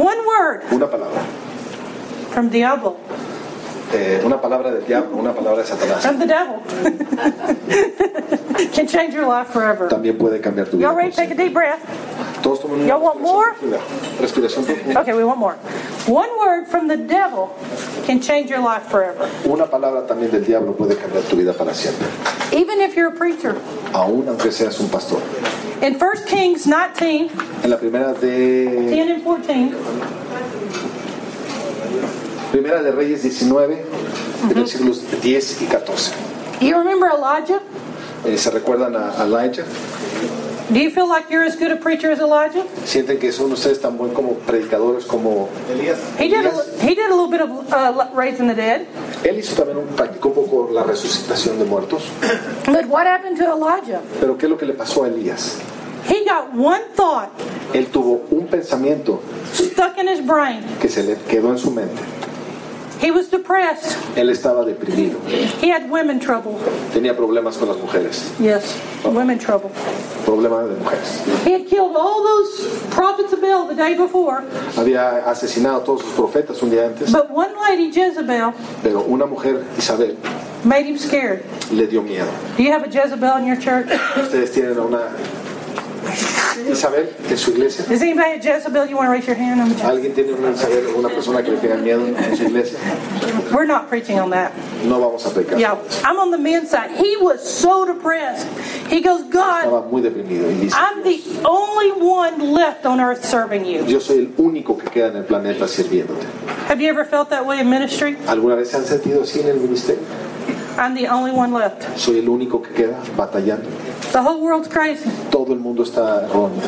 S1: One word
S2: Una palabra.
S1: from Diablo,
S2: Eh, una palabra del diablo, una palabra de Satanás.
S1: from the devil, [laughs] can change your life forever.
S2: También puede cambiar tu vida.
S1: Y'all ready to
S2: para
S1: take a deep breath?
S2: siempre. Todos tomen una
S1: Y'all want
S2: respiración profunda. Respiración profunda.
S1: Okay, we want more. One word from the devil can change your life forever.
S2: Una palabra también del diablo puede cambiar tu vida para siempre.
S1: Even if you're a preacher.
S2: Aún aunque seas un pastor.
S1: In 1 Kings 19,
S2: En la primera de
S1: 10 and 14.
S2: Primera de Reyes 19, de versículos 10 y 14.
S1: You remember Elijah?
S2: Eh, ¿Se recuerdan a, a Elijah?
S1: Do you feel like you're as good a preacher as Elijah?
S2: ¿Sienten que son ustedes tan buen como predicadores como Elías?
S1: He did a, he did a little bit of uh, raising the dead.
S2: Él hizo también un, practicó un poco la resucitación de muertos.
S1: But what happened to Elijah?
S2: Pero ¿qué es lo que le pasó a Elías?
S1: He got one thought
S2: Él tuvo un pensamiento
S1: stuck in his brain.
S2: que se le quedó en su mente.
S1: He was depressed.
S2: Él estaba deprimido,
S1: He had women trouble.
S2: tenía problemas con las mujeres,
S1: Yes, women trouble.
S2: problemas de mujeres.
S1: He had killed all those prophets of Baal the day before.
S2: Había asesinado a todos sus profetas un día antes,
S1: But one lady, Jezebel,
S2: pero una mujer, Isabel,
S1: made him scared.
S2: le dio miedo.
S1: Do you have a Jezebel in your church?
S2: Ustedes tienen a una Isabel en su iglesia.
S1: Does anybody have Jezebel? You want to raise your hand? I'm just-
S2: ¿Alguien tiene una Isabel, una persona que le tenga miedo en su iglesia?
S1: We're not preaching on that.
S2: No vamos a pecar.
S1: Yeah, I'm on the men's side. He was so depressed. He goes, God,
S2: Estaba muy deprimido y dice,
S1: I'm the only one left on earth serving you.
S2: yo soy el único que queda en el planeta sirviéndote.
S1: Have you ever felt that way in ministry?
S2: ¿Alguna vez se han sentido así en el ministerio?
S1: I'm the only one left.
S2: Soy el único que queda batallando.
S1: The whole world's crazy.
S2: Todo el mundo está erróneo.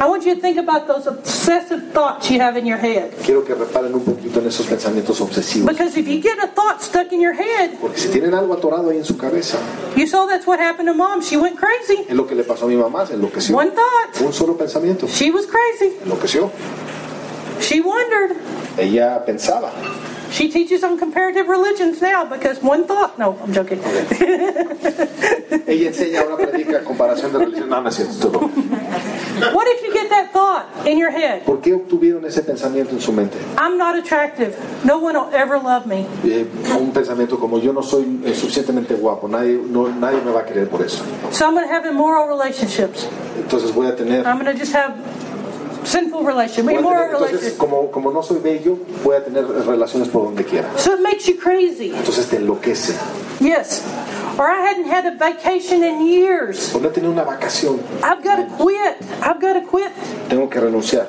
S1: I want you to think about those obsessive thoughts you have in your head.
S2: Quiero que reparen un poquito en esos pensamientos obsesivos.
S1: Because if you get a thought stuck in your head,
S2: Porque si tienen algo atorado ahí en su cabeza,
S1: you saw that's what happened to mom. She went crazy.
S2: es lo que le pasó a mi mamá, se enloqueció.
S1: One thought.
S2: Un solo pensamiento,
S1: She was crazy.
S2: enloqueció.
S1: She wondered.
S2: Ella pensaba.
S1: She teaches on comparative religions now because one thought. No, I'm joking.
S2: Ella enseña ahora predica comparación de religión. No, no es cierto. todo.
S1: What if you get that thought in your head?
S2: ¿Por qué obtuvieron ese pensamiento en su mente?
S1: I'm not attractive. No one will ever love me.
S2: Eh, un pensamiento como yo no soy eh, suficientemente guapo, nadie, no, nadie me va a querer por eso.
S1: So I'm going to have immoral relationships.
S2: Entonces voy a tener...
S1: I'm going to just have sinful relationships,
S2: voy a tener-
S1: immoral
S2: entonces,
S1: relationships.
S2: como, como no soy bello, voy a tener relaciones por donde quiera.
S1: So it makes you crazy.
S2: Entonces te enloquece.
S1: Yes. Or I hadn't had a vacation in years.
S2: Por no tener una vacación,
S1: I've got to quit. I've got to quit.
S2: tengo que renunciar.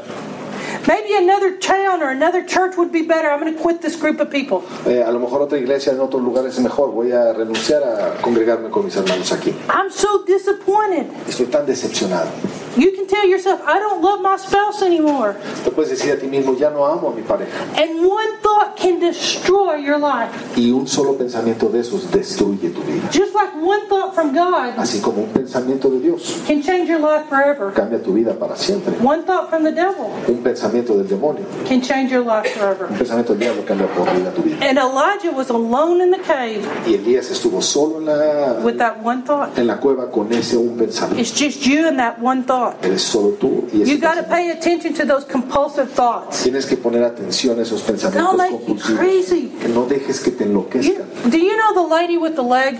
S1: Maybe another town or another church would be better. I'm going to quit this group of people.
S2: Eh, a lo mejor otra iglesia en otros lugares es mejor. Voy a renunciar a congregarme con mis hermanos aquí.
S1: I'm so disappointed.
S2: Estoy tan decepcionado.
S1: You can tell yourself, I don't love my spouse anymore.
S2: Te puedes decir a ti mismo, ya no amo a mi pareja.
S1: And one thought can destroy your life.
S2: Y un solo pensamiento de esos destruye tu vida.
S1: Just like one thought from God
S2: Así como un pensamiento de Dios
S1: can change your life forever.
S2: cambia tu vida para siempre.
S1: One thought from the devil
S2: Un pensamiento del demonio,
S1: can change your life
S2: un
S1: forever.
S2: pensamiento del diablo cambia por vida tu vida.
S1: And Elijah was alone in the cave
S2: Y Elías estuvo solo en la,
S1: with that one thought.
S2: en la cueva con ese un pensamiento.
S1: It's just you and that one thought.
S2: Eres solo tú y ese
S1: You got to
S2: pensamiento.
S1: pay attention to those compulsive thoughts.
S2: Tienes que poner atención a esos
S1: They'll
S2: pensamientos
S1: make you
S2: compulsivos.
S1: crazy.
S2: Que no dejes que te
S1: You,
S2: enloquezcan.
S1: do you know the lady with the leg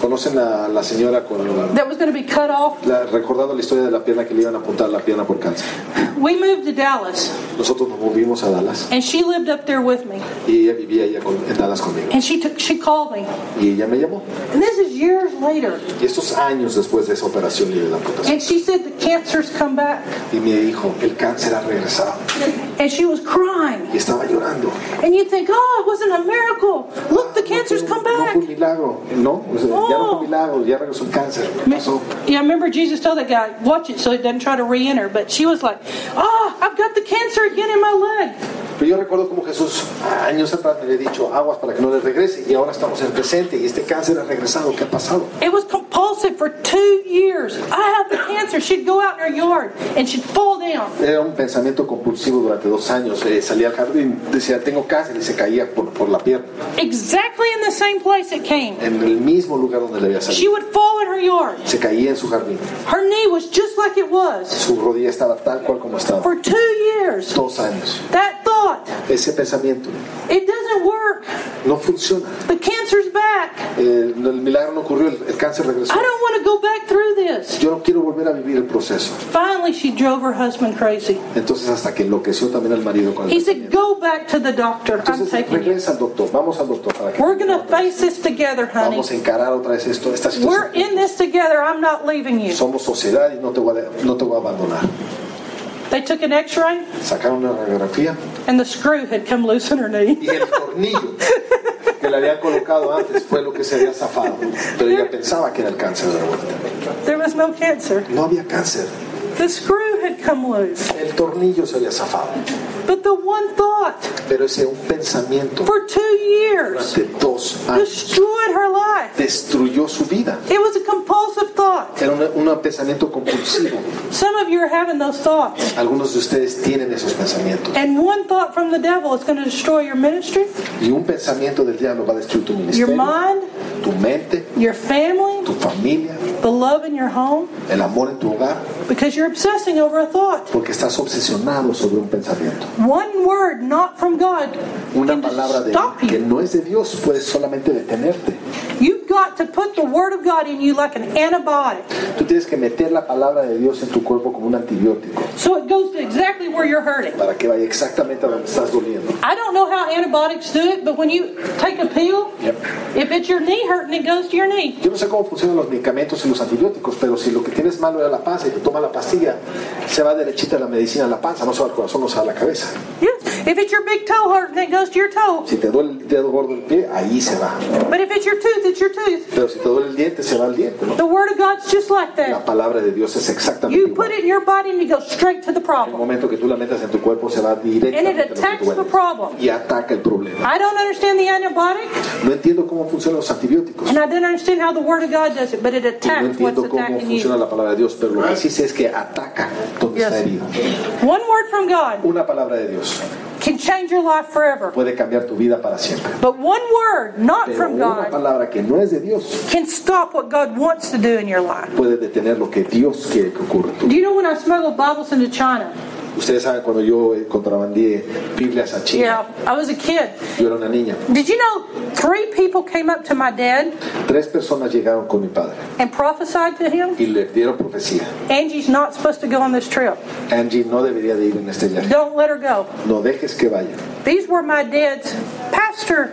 S2: ¿Conocen a la señora con la,
S1: that was going to be cut off?
S2: la- recordando la historia de la pierna que le iban a apuntar la pierna por cáncer?
S1: We moved to Dallas,
S2: Nosotros nos movimos a Dallas
S1: and she lived up there with me.
S2: y ella vivía allá con- en Dallas conmigo.
S1: And she took, she called me.
S2: Y ella me llamó.
S1: And this is years later.
S2: Y estos años después de esa operación y de la amputación.
S1: And she said the cancer's come back.
S2: Y me dijo, el cáncer ha regresado.
S1: And she was crying.
S2: Y estaba llorando.
S1: And you'd think, oh, it wasn't a miracle. Look, the cancer's
S2: No
S1: come
S2: fue un
S1: back.
S2: milagro, no, o sea, ya no fue
S1: Oh.
S2: un milagro, ya regresó el cáncer. ¿Qué pasó?
S1: Yeah, I remember Jesus told that guy, watch it so it doesn't try to re enter. But she was like, oh, I've got the cancer again in my leg.
S2: Pero yo recuerdo como Jesús años atrás me había dicho, aguas para que no les regrese. Y ahora estamos en el presente y este cáncer ha regresado. ¿Qué ha pasado?
S1: It was compulsive for two years. I have the cancer. She'd go out in her yard and she'd fall down.
S2: Era un pensamiento compulsivo durante dos años. Eh, salía al jardín, decía, tengo cáncer y se caía por, por la pierna.
S1: Exactly in the same place it came.
S2: En el mismo lugar donde le había
S1: She
S2: salido.
S1: would fall in her yard.
S2: Se caía en su jardín.
S1: Her knee was just like it was
S2: Su rodilla estaba tal cual como estaba.
S1: for two years.
S2: Dos años.
S1: That thought,
S2: Ese pensamiento
S1: it doesn't work.
S2: no funciona.
S1: The cancer's back.
S2: Eh, no, el milagro no ocurrió, el, el cáncer regresó.
S1: I don't want to go back through this.
S2: Yo no quiero volver a vivir el proceso.
S1: Finally, she drove her husband crazy.
S2: Entonces hasta que enloqueció también al marido con el
S1: He said, Go back to the doctor. I'm
S2: Entonces
S1: taking you.
S2: regresa al doctor, vamos al doctor para que
S1: We're going to face this together, honey.
S2: vamos a encarar otra vez esto, esta
S1: We're
S2: situación.
S1: in this together. I'm not leaving you.
S2: Somos sociedad y no te voy a, no te voy a abandonar.
S1: They took an x ray,
S2: Sacaron una radiografía
S1: and the screw had come loose in her knee.
S2: y el tornillo que le habían colocado antes fue lo que se había zafado. Pero ella pensaba que era el cáncer de la vuelta.
S1: There was no cancer.
S2: No había cáncer,
S1: The screw had come loose.
S2: el tornillo se había zafado.
S1: But the one thought
S2: Pero ese un pensamiento
S1: for two years
S2: durante dos años
S1: destroyed her life.
S2: destruyó su vida.
S1: It was a compulsive thought.
S2: Era una- un pensamiento compulsivo.
S1: Some of you are having those thoughts.
S2: Algunos de ustedes tienen esos pensamientos.
S1: And one thought from the devil is going to destroy your ministry,
S2: Y un pensamiento del diablo va a destruir tu
S1: your
S2: ministerio,
S1: mind,
S2: tu mente,
S1: your family,
S2: tu familia,
S1: the love in your home,
S2: el amor en tu hogar,
S1: because you're obsessing over a thought.
S2: porque estás obsesionado sobre un pensamiento.
S1: One word not from God
S2: Una
S1: can
S2: palabra de,
S1: stop
S2: que
S1: you.
S2: no es de Dios puede solamente detenerte.
S1: You've got to put the word of God in you like an antibiotic,
S2: Tú tienes que meter la palabra de Dios en tu cuerpo como un antibiótico
S1: so it goes to exactly where you're hurting.
S2: para que vaya exactamente a donde estás doliendo.
S1: I don't know how antibiotics do it, but when you take a pill,
S2: Yep.
S1: if it's your knee hurting, it goes to your knee.
S2: Yo no sé cómo funcionan los medicamentos y los antibióticos, pero si lo que tienes malo era la panza y te toma la pastilla, se va derechita la medicina a la panza, no se va al corazón, no se va a la cabeza.
S1: Yes. If it's your big toe hurting, it goes to your toe.
S2: Si te duele el dedo gordo del pie, ahí se va.
S1: But if it's your tooth, it's your tooth.
S2: Pero si te duele el diente, se va al diente.
S1: The Word of God's just like
S2: La
S1: that.
S2: palabra de Dios es exactamente
S1: You
S2: igual.
S1: put it in your body and you go straight to the
S2: El
S1: problem.
S2: momento que tú la metas en tu cuerpo, se va
S1: And it
S2: directamente a lo que
S1: attacks the
S2: duele.
S1: problem.
S2: Y ataca el problema.
S1: I don't understand the antibiotic,
S2: No entiendo cómo funcionan los antibióticos.
S1: and I don't understand how the Word of God does it, but it
S2: Y no
S1: attacks what's
S2: entiendo cómo
S1: attacking
S2: funciona
S1: you.
S2: la palabra de Dios, pero lo que sí sé es que ataca donde
S1: Yes.
S2: está herido.
S1: One word from God
S2: Una palabra de Dios
S1: can change your life forever.
S2: puede cambiar tu vida para siempre.
S1: But one word not
S2: Pero
S1: from
S2: una
S1: God
S2: palabra que no es de Dios
S1: can stop what God wants to do in your life.
S2: puede detener lo que Dios quiere que ocurra.
S1: Do you know when I smuggled Bibles into China?
S2: Ustedes saben cuando yo eh, contrabandié Biblias a China,
S1: Yeah, I was a kid.
S2: yo era una niña.
S1: Did you know three people came up to my dad
S2: Tres personas llegaron con mi padre
S1: and prophesied to him?
S2: y le dieron profecía.
S1: Angie's not supposed to go on this trip.
S2: Angie no debería de ir en este viaje.
S1: Don't let her go.
S2: No dejes que vaya.
S1: These were my dad's pastor.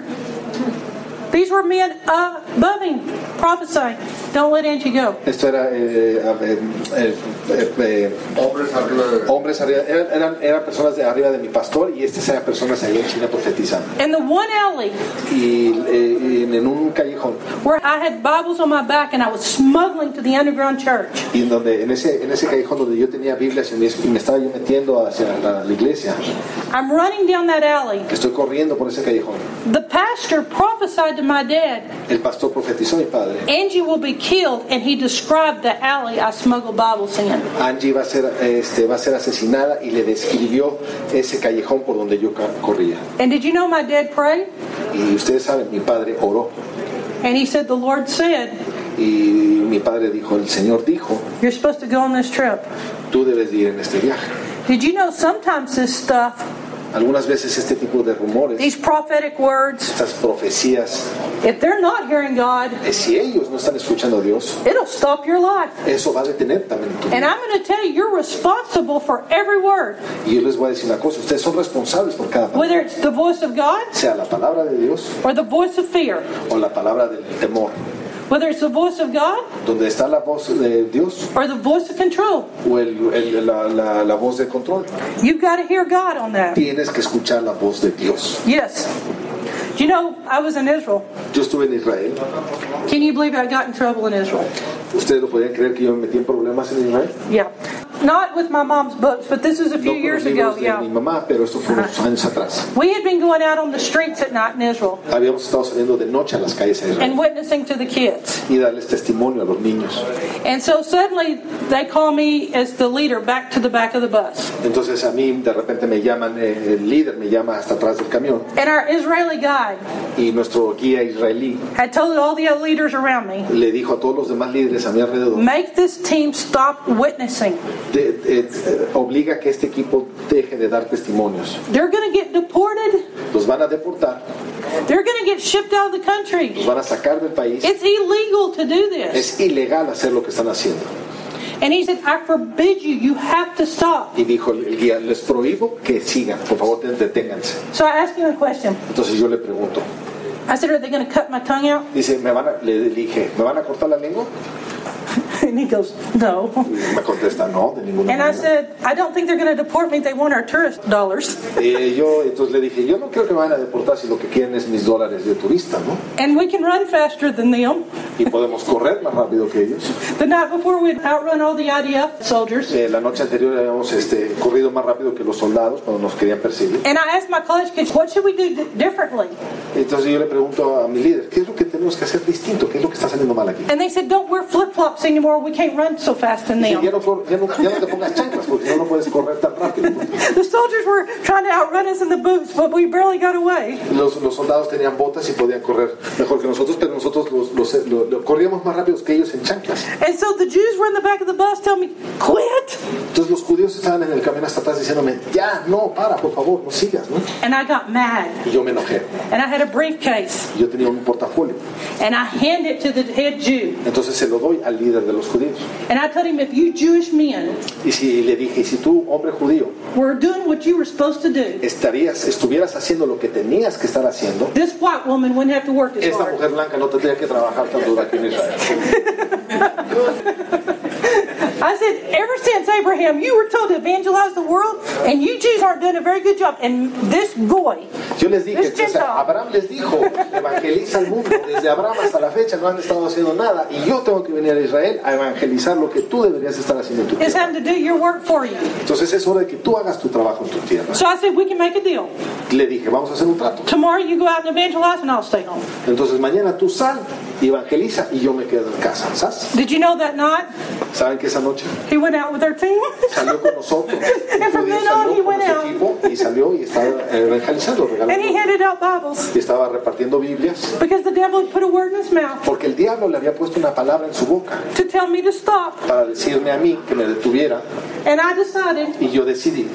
S1: These were men above him prophesying. Don't let Angie go.
S2: Esto era eh, a ver, eh, eh, eh,
S3: Hombres arriba de...
S2: hombres arriba, eran, eran- eran personas de arriba de mi pastor y estas eran personas ahí en China profetizando.
S1: In the one alley
S2: Y eh, en, en un callejón,
S1: where I had Bibles on my back and I was smuggling to the underground church,
S2: y en, donde, en, ese, en ese callejón donde yo tenía Biblias y me, y me estaba yo metiendo hacia la, la iglesia,
S1: I'm running down that alley.
S2: estoy corriendo por ese callejón.
S1: The pastor prophesied to my dad,
S2: El pastor profetizó a mi padre.
S1: Angie will be killed, and he described the alley I smuggled Bibles in.
S2: Angie va a ser, este, va a ser asesinada y le describió ese callejón por donde yo ca- corría.
S1: And did you know my dad prayed?
S2: Y ustedes saben, mi padre oró.
S1: And he said, The Lord said,
S2: Y mi padre dijo, el Señor dijo,
S1: You're supposed to go on this trip.
S2: tú debes de ir en este viaje.
S1: Did you know sometimes this stuff,
S2: Algunas veces este tipo de rumores,
S1: these prophetic words,
S2: estas profecías,
S1: if they're not hearing God,
S2: eh, si ellos no están escuchando a Dios,
S1: it'll stop your life.
S2: eso va a detener también tu
S1: And
S2: vida.
S1: I'm going to tell you, you're responsible for every word,
S2: Y yo les voy a decir una cosa, ustedes son responsables por cada palabra,
S1: whether it's the voice of God
S2: sea la palabra de Dios
S1: or the voice of fear,
S2: o la palabra del temor.
S1: whether it's the voice of God
S2: Donde está la voz de Dios
S1: or the voice of control.
S2: o el- el- la- la- la voz de control.
S1: You've got to hear God on that.
S2: Tienes que escuchar la voz de Dios.
S1: Yes. Do you know, I was in Israel.
S2: Yo estuve en Israel.
S1: Can you believe I got in trouble in Israel?
S2: ¿Ustedes lo podían creer que yo me metí en problemas en Israel?
S1: Yeah. Not with my mom's books, but this was a
S2: No
S1: few
S2: con los
S1: years ago,
S2: libros de mi
S1: yeah.
S2: mamá, pero esto fue unos años atrás.
S1: We had been going out on the streets at night in Israel
S2: Habíamos estado saliendo de noche a las calles de Israel
S1: and witnessing to the kids.
S2: y darles testimonio a los niños.
S1: And so suddenly they call me as the leader back to the back of the bus.
S2: Entonces a mí de repente me llaman, eh, el líder me llama hasta atrás del camión
S1: And our Israeli guide
S2: y nuestro guía israelí
S1: had told all the other leaders around me,
S2: le dijo a todos los demás líderes a mi alrededor,
S1: make this team stop witnessing.
S2: "De- de- eh, obliga que este equipo deje de dar testimonios.
S1: They're going to get deported.
S2: Los van a deportar,
S1: They're going to get shipped out of the country.
S2: los van a sacar del país.
S1: It's illegal to do this.
S2: Es ilegal hacer lo que están haciendo.
S1: And he said, I forbid you. You have to stop.
S2: Y dijo el el guía, les prohíbo que sigan, por favor de- deténganse.
S1: So I asked him a question.
S2: Entonces yo le pregunto,
S1: I said, Are they going to cut my tongue out? [laughs]
S2: dice, ¿me van a, le dije, ¿me van a cortar la lengua?
S1: And he goes, No.
S2: Y me contesta, no, de ninguna
S1: And I
S2: manera.
S1: said, I don't think they're going to deport me. They want our tourist dollars.
S2: Eh, yo entonces le dije, yo no creo que me van a deportar si lo que quieren es mis dólares de turista, ¿no?
S1: And we can run faster than them.
S2: Y podemos correr más rápido que ellos.
S1: The night before, we'd outrun all the IDF soldiers.
S2: Eh, la noche anterior habíamos este, corrido más rápido que los soldados cuando nos querían perseguir.
S1: And I asked my college kids, What should we do di- differently?
S2: Entonces yo le pregunto a mi líder, ¿qué es lo que tenemos que hacer distinto? ¿Qué es lo que está saliendo mal aquí?
S1: And they said, Don't wear flip flops anymore. We can't run so fast than
S2: Dice, ya
S1: them.
S2: no, flor- ya, no, ya no te pongas chanclas porque no, no puedes correr tan rápido. ¿no?
S1: The soldiers were trying to outrun us in the boots, but we barely got away.
S2: Los, los soldados tenían botas y podían correr mejor que nosotros, pero nosotros los, los- lo- lo- corríamos más rápido que ellos en chanclas.
S1: And so the Jews were in the back of the bus telling me, Quit.
S2: Entonces los judíos estaban en el camino hasta atrás diciéndome, ya, no, para, por favor, no sigas. ¿no?
S1: And I got mad.
S2: Y yo me enojé.
S1: And I had a briefcase.
S2: Y Yo tenía un portafolio.
S1: And I handed it to the head Jew.
S2: Entonces se lo doy al líder de los judíos.
S1: And I told him, if you Jewish men
S2: Y si le dije, y si tú, hombre judío,
S1: were doing what you were supposed to do,
S2: estarías, estuvieras haciendo lo que tenías que estar haciendo,
S1: this white woman wouldn't have to work this
S2: esta
S1: hard.
S2: mujer blanca no tendría que trabajar tan duro aquí en Israel.
S1: I said, ever since Abraham, you were told to evangelize the world, and you Jews aren't doing a very good job. And this boy,
S2: Yo les dije,
S1: This
S2: o sea,
S1: Gentile.
S2: Abraham les dijo, evangeliza al mundo. Desde Abraham hasta la fecha no han estado haciendo nada y yo tengo que venir a Israel a evangelizar lo que tú deberías estar haciendo en tu
S1: is
S2: tierra.
S1: having to do your work for you.
S2: Entonces es hora de que tú hagas tu trabajo en tu tierra.
S1: So I said, we can make a deal.
S2: Le dije, vamos a hacer un trato.
S1: Tomorrow you go out and evangelize, and I'll stay home.
S2: Entonces mañana tú sal y evangeliza y yo me quedo en casa. ¿Sabes?
S1: Did you know that night
S2: ¿Saben que esa noche
S1: he went out with our team? [laughs]
S2: salió con nosotros?
S1: And from
S2: Un judío
S1: then on, he
S2: salió con
S1: went
S2: nuestro equipo y salió y estaba eh, evangelizando,
S1: and he
S2: regalando.
S1: handed out Bibles
S2: Y estaba repartiendo Biblias
S1: because the devil had put a word in his mouth
S2: porque el diablo le había puesto una palabra en su boca
S1: to tell me to stop.
S2: para decirme a mí que me detuviera
S1: And I decided
S2: y yo decidí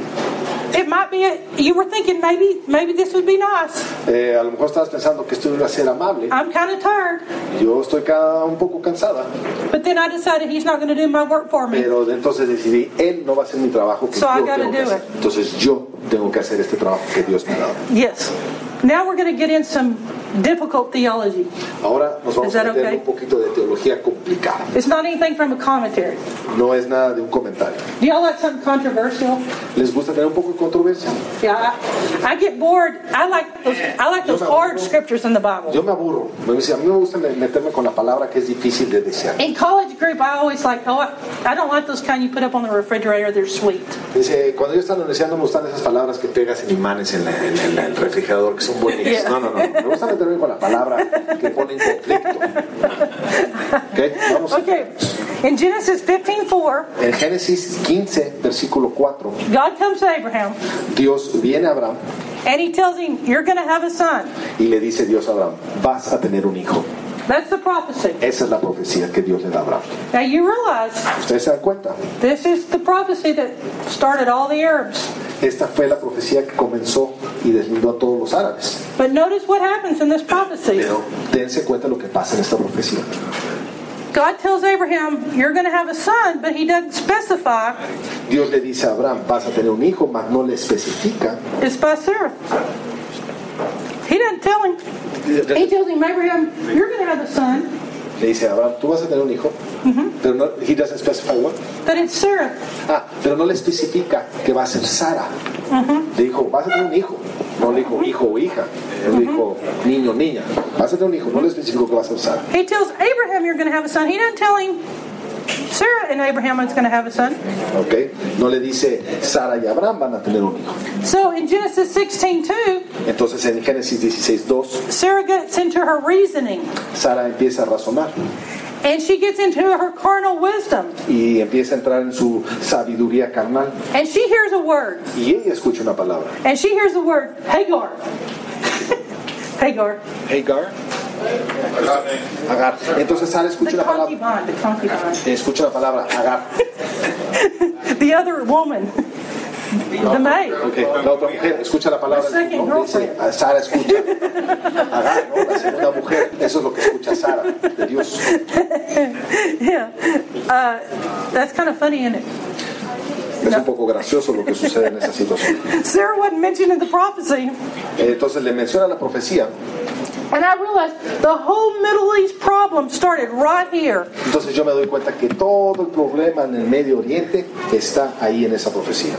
S1: it might be. A, you were thinking maybe maybe this would be nice.
S2: Eh, a lo mejor estabas pensando que esto iba a ser amable.
S1: I'm kind of tired,
S2: Yo estoy cada un poco cansada,
S1: but then I decided he's not going to do my work for me.
S2: pero entonces decidí, él no va a hacer mi trabajo que
S1: So I
S2: yo
S1: gotta
S2: tengo que
S1: do
S2: hacer.
S1: it.
S2: Entonces yo tengo que hacer este trabajo que Dios me ha dado.
S1: Yes. Now we're going to get in some difficult theology.
S2: Ahora nos vamos
S1: Is
S2: a
S1: that
S2: meter en
S1: okay?
S2: un poquito de teología complicada.
S1: It's not anything from a commentary.
S2: No es nada de un comentario.
S1: Do y'all like something controversial?
S2: ¿Les gusta tener un poco de controversia?
S1: Yeah, I, I get bored. I like those, I like those hard scriptures in the Bible.
S2: Yo me aburro. Me dice, A mí me gusta me- meterme con la palabra que es difícil de desear.
S1: In college group, I always like, oh, I, I don't like those kind you put up on the refrigerator. They're sweet.
S2: Dice, cuando yo estaba deseando me gustan esas palabras que pegas en imanes en, la- en- en la- en el refrigerador, que son buenísimas.
S1: Yeah.
S2: No, no, no. Me gusta meterme con la palabra que pone en conflicto. Ok, vamos.
S1: Okay, in Genesis 15 4,
S2: En Génesis 15, versículo 4,
S1: God comes to Abraham
S2: Dios viene a Abraham
S1: and he tells him, You're going to have a son.
S2: y le dice Dios a Abraham, vas a tener un hijo.
S1: That's the prophecy.
S2: Esa es la profecía que Dios le da a Abraham.
S1: Now you realize
S2: ¿Ustedes se dan cuenta?
S1: this is the prophecy that started all the Arabs.
S2: Esta fue la profecía que comenzó y deslindó a todos los árabes.
S1: But notice what happens in this prophecy.
S2: Pero dense cuenta lo que pasa en esta profecía.
S1: God tells Abraham, You're going to have a son, but he doesn't specify
S2: Dios le dice a Abraham, vas a tener un hijo, mas no le especifica.
S1: it's by Sarah. He doesn't tell him. He tells him, Abraham, you're going to have a son,
S2: Le dice a Abraham, tú vas a tener un hijo, pero no, he doesn't specify what.
S1: but it's Sarah.
S2: Ah, pero no le especifica que va a ser Sara. Le dijo, vas a tener un hijo. No le dijo hijo o hija. No le dijo niño o niña. Vas a tener un hijo. No le especificó que va a ser Sara.
S1: He tells Abraham, You're going to have a son. He doesn't tell him, Sarah and Abraham is going to have a son.
S2: ¿Ok? No le dice Sara y Abraham van a tener un hijo.
S1: So in Genesis 16 2,
S2: Entonces en Génesis 16, 2,
S1: Sarah gets into her reasoning
S2: Sara empieza a razonar
S1: and she gets into her carnal wisdom
S2: y empieza a entrar en su sabiduría carnal.
S1: and she hears a word
S2: Y ella escucha una palabra.
S1: and she hears the word Hagar. [laughs] Hagar.
S2: Hagar. Agar. Entonces Sara escucha
S1: The
S2: una palabra.
S1: concubine, the concubine.
S2: Escucha la palabra Agar.
S1: The other woman, the maid.
S2: Ok, La otra mujer escucha la palabra.
S1: La second
S2: ¿no? Dice,
S1: girlfriend.
S2: a Sara escucha. Agar, ¿no? La segunda mujer. Eso es lo que escucha Sara de Dios.
S1: Yeah. Uh, that's kind of funny, isn't it?
S2: Es un poco gracioso lo que sucede en esa situación.
S1: Sarah wasn't mentioned in the prophecy.
S2: Eh, Entonces le menciona la profecía.
S1: And I realized the whole Middle East problem started right here.
S2: Entonces yo me doy cuenta que todo el problema en el Medio Oriente está ahí en esa profecía.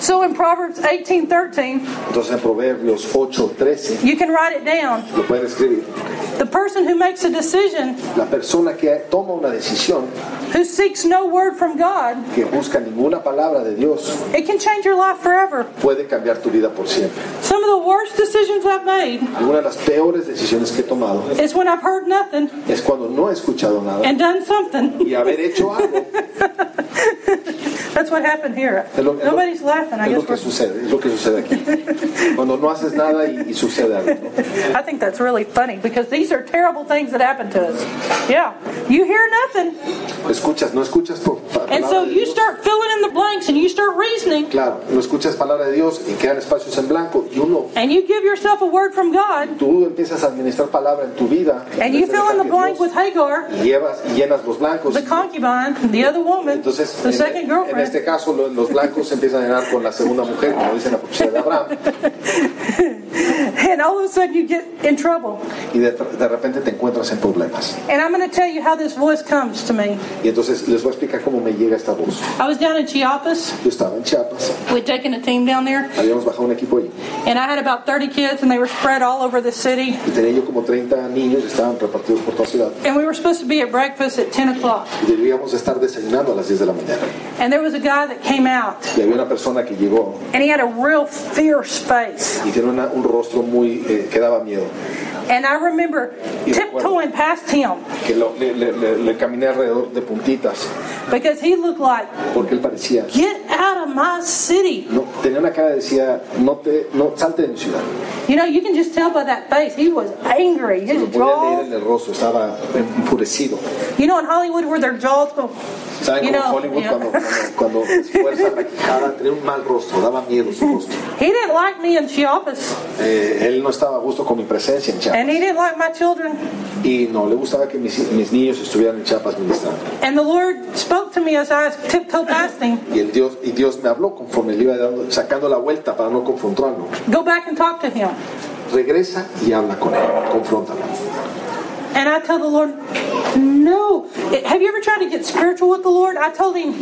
S1: So in Proverbs 18:13,
S2: Entonces en Proverbios 8:13
S1: you can write it down.
S2: lo pueden escribir.
S1: The person who makes a decision,
S2: La persona que toma una decisión
S1: who seeks no word from God,
S2: que busca ninguna palabra de Dios
S1: it can change your life forever.
S2: puede cambiar tu vida por siempre.
S1: Some of the worst decisions I've made
S2: Una de las peores decisiones que he tomado
S1: is when I've heard nothing
S2: es cuando no he escuchado nada
S1: and done something. [laughs]
S2: y haber hecho algo.
S1: That's what happened here.
S2: Es lo- es lo-
S1: Nobody's laughing. I
S2: Es lo
S1: guess
S2: que
S1: we're,
S2: sucede, es lo que sucede aquí. Cuando no haces nada y, y sucede algo.
S1: I think that's really funny because these are terrible things that happen to us. Yeah, you hear nothing,
S2: Escuchas, no escuchas por pa-
S1: and
S2: palabra
S1: so
S2: de
S1: you
S2: Dios.
S1: start filling in the blanks and you start reasoning
S2: Claro, no escuchas palabra de Dios y quedan espacios en blanco y uno,
S1: and you give yourself a word from God
S2: tú empiezas a administrar palabra en tu vida.
S1: and you
S2: empiezas a
S1: fill in the
S2: dejar que
S1: blank with
S2: Dios-
S1: Hagar,
S2: y llevas y llenas los blancos.
S1: the concubine, the other woman,
S2: Entonces,
S1: the second
S2: en, en
S1: girlfriend.
S2: este caso, lo- los blancos se empiezan a llenar con la segunda mujer, como dice la profecía de Abraham.
S1: and all of a sudden you get in trouble.
S2: y de, de repente te encuentras en problemas.
S1: And I'm going to tell you how this voice comes to me.
S2: Y entonces les voy a explicar cómo me llega esta voz.
S1: I was down in Chiapas.
S2: Yo estaba en Chiapas,
S1: We'd taken a team down there,
S2: habíamos bajado un equipo ahí
S1: and I had about 30 kids, and they were spread all over the city.
S2: y tenía yo como 30 niños que estaban repartidos por toda la ciudad.
S1: And we were supposed to be at breakfast at 10 o'clock.
S2: Y debíamos estar desayunando a las 10 de la mañana.
S1: And there was a guy that came out,
S2: Y había una persona que llegó
S1: and he had a real fierce face.
S2: y tiene una- un rostro muy eh, que daba miedo.
S1: And I remember tiptoeing past him
S2: Que lo- le, le- le- le caminé alrededor de puntitas
S1: because he looked like,
S2: porque él parecía.
S1: get out of my city.
S2: No, tenía una cara que decía, no te, no, salte de mi ciudad.
S1: You know, you can just tell by that face. He was angry.
S2: Lo
S1: His
S2: podía leer
S1: jaw.
S2: en el rostro, estaba enfurecido.
S1: You know, in Hollywood where their jaws go.
S2: ¿Saben
S1: You
S2: cómo en
S1: know,
S2: Hollywood
S1: yeah.
S2: cuando, cuando, cuando esfuerza la quijada, tenía un mal rostro, daba miedo su rostro.
S1: He didn't like me in Chiapas,
S2: Eh, él no estaba a gusto con mi presencia en Chiapas
S1: and he didn't like my children.
S2: y no le gustaba que mis, mis niños estuvieran en Chiapas ministrando.
S1: And the Lord spoke to me as I tiptoed past him.
S2: Y, el Dios, y Dios me habló conforme le iba dando, sacando la vuelta para no confrontarlo.
S1: Go back and talk to him.
S2: Regresa y habla con él, confróntalo.
S1: And I tell the Lord, no. Have you ever tried to get spiritual with the Lord? I told him,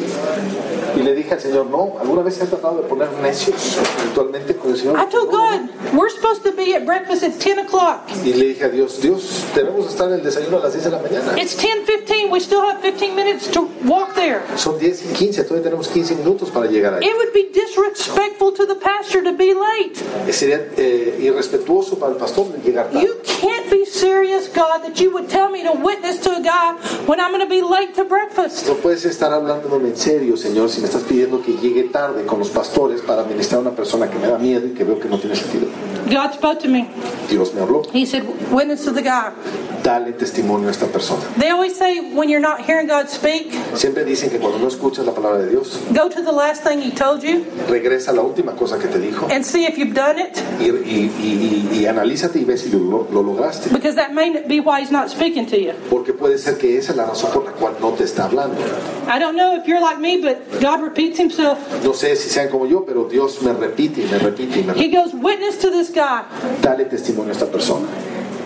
S2: Y le dije al Señor, no, ¿alguna vez se ha tratado de poner necios espiritualmente con el Señor?
S1: I told
S2: No, no, no.
S1: God, we're supposed to be at breakfast at 10 o'clock.
S2: Y le dije a Dios, Dios, debemos estar en el desayuno a las 10 de la mañana.
S1: It's 10.15. We still have 15 minutes to walk there.
S2: Son 10 y 15, todavía tenemos 15 minutos para llegar ahí.
S1: It would be disrespectful to the pastor to be late.
S2: Sería eh, irrespetuoso para el pastor llegar tarde.
S1: You can't be serious, God, that you would tell me to witness to a guy when I'm going to be late to breakfast.
S2: No puedes estar hablándome en serio, Señor, si me estás pidiendo que llegue tarde con los pastores para ministrar a una persona que me da miedo y que veo que no tiene sentido.
S1: God spoke to me.
S2: Dios me habló.
S1: He said, witness to the guy.
S2: Dale testimonio a esta persona.
S1: They always say when you're not hearing God speak,
S2: Siempre dicen que cuando no escuchas la palabra de Dios,
S1: go to the last thing He told you
S2: regresa a la última cosa que te dijo
S1: and see if you've done it,
S2: y, y- y- y analízate y ve si lo, lo lograste.
S1: because that may be why He's not speaking to you.
S2: Porque puede ser que esa es la razón por la cual no te está hablando.
S1: I don't know if you're like me, but God repeats Himself.
S2: No sé si sean como yo, pero Dios me repite y me repite y me repite.
S1: He goes, witness to this guy.
S2: Dale testimonio a esta persona.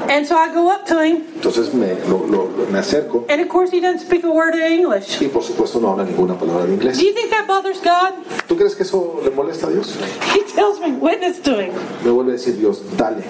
S1: And so I go up to him,
S2: Entonces me, lo- lo- lo- me acerco
S1: and of course, he doesn't speak a word of English.
S2: y por supuesto no habla ninguna palabra de inglés.
S1: Do you think that bothers God? [laughs]
S2: ¿Tú crees que eso le molesta a Dios?
S1: He tells me, witness to him.
S2: Me vuelve a decir Dios, dale.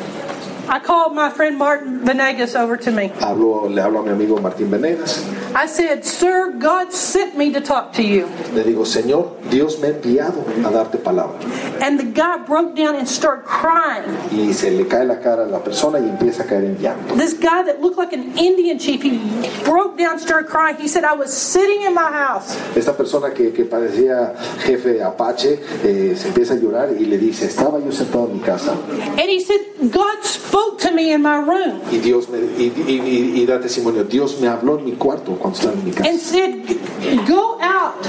S1: I called my friend Martin Venegas over to me.
S2: Hablo, le hablo a mi amigo Martín Venegas.
S1: I said, Sir, God sent me to talk to you.
S2: Le digo, Señor, Dios me ha enviado a darte palabra.
S1: And the guy broke down and started crying.
S2: Y se le cae la cara a la persona y empieza a caer en llanto.
S1: This guy that looked like an Indian chief, he broke down, started crying. He said, I was sitting in my house.
S2: Esta persona que, que parecía jefe apache eh, se empieza a llorar y le dice, estaba yo sentado en mi casa
S1: And he said, God spoke to me in my room
S2: y Dios me, y, y- y- y da testimonio, Dios me habló en mi cuarto cuando estaba en mi casa.
S1: and said, Go out,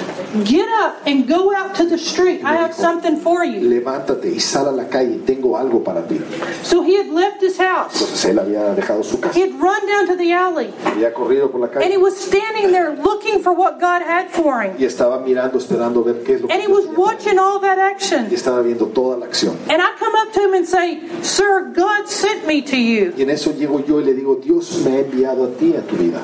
S1: get up, and go out to the street. I have something for you.
S2: Levántate y sal a la calle, tengo algo para ti.
S1: So he had left his house.
S2: Entonces Pues él había dejado su casa,
S1: He had run down to the alley.
S2: había corrido por la
S1: And
S2: calle.
S1: he was standing there looking for what God had for him.
S2: y estaba mirando, esperando ver qué es lo que
S1: And he was
S2: Dios quería.
S1: watching all that action.
S2: y estaba viendo toda la acción.
S1: And I come up to him and say, Sir, God sent me to you.
S2: Y en eso llego yo y le digo, Dios me ha enviado a ti a tu vida.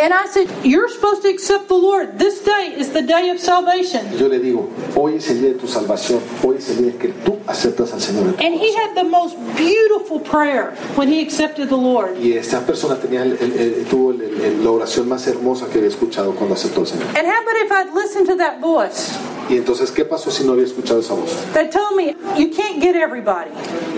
S1: And I said, You're supposed to accept the Lord. This day is the day of salvation.
S2: Y yo le digo, hoy es el día de tu salvación, hoy es el día que tú aceptas al Señor. en tu
S1: And he
S2: corazón.
S1: had the most beautiful prayer when he accepted the Lord.
S2: Y esta persona tenía el- el- el- tuvo el- el- la oración más hermosa que había escuchado cuando aceptó al Señor.
S1: And how about if I'd listened to that voice?
S2: Y entonces, ¿qué pasó si no había escuchado esa voz?
S1: They told me, You can't get everybody.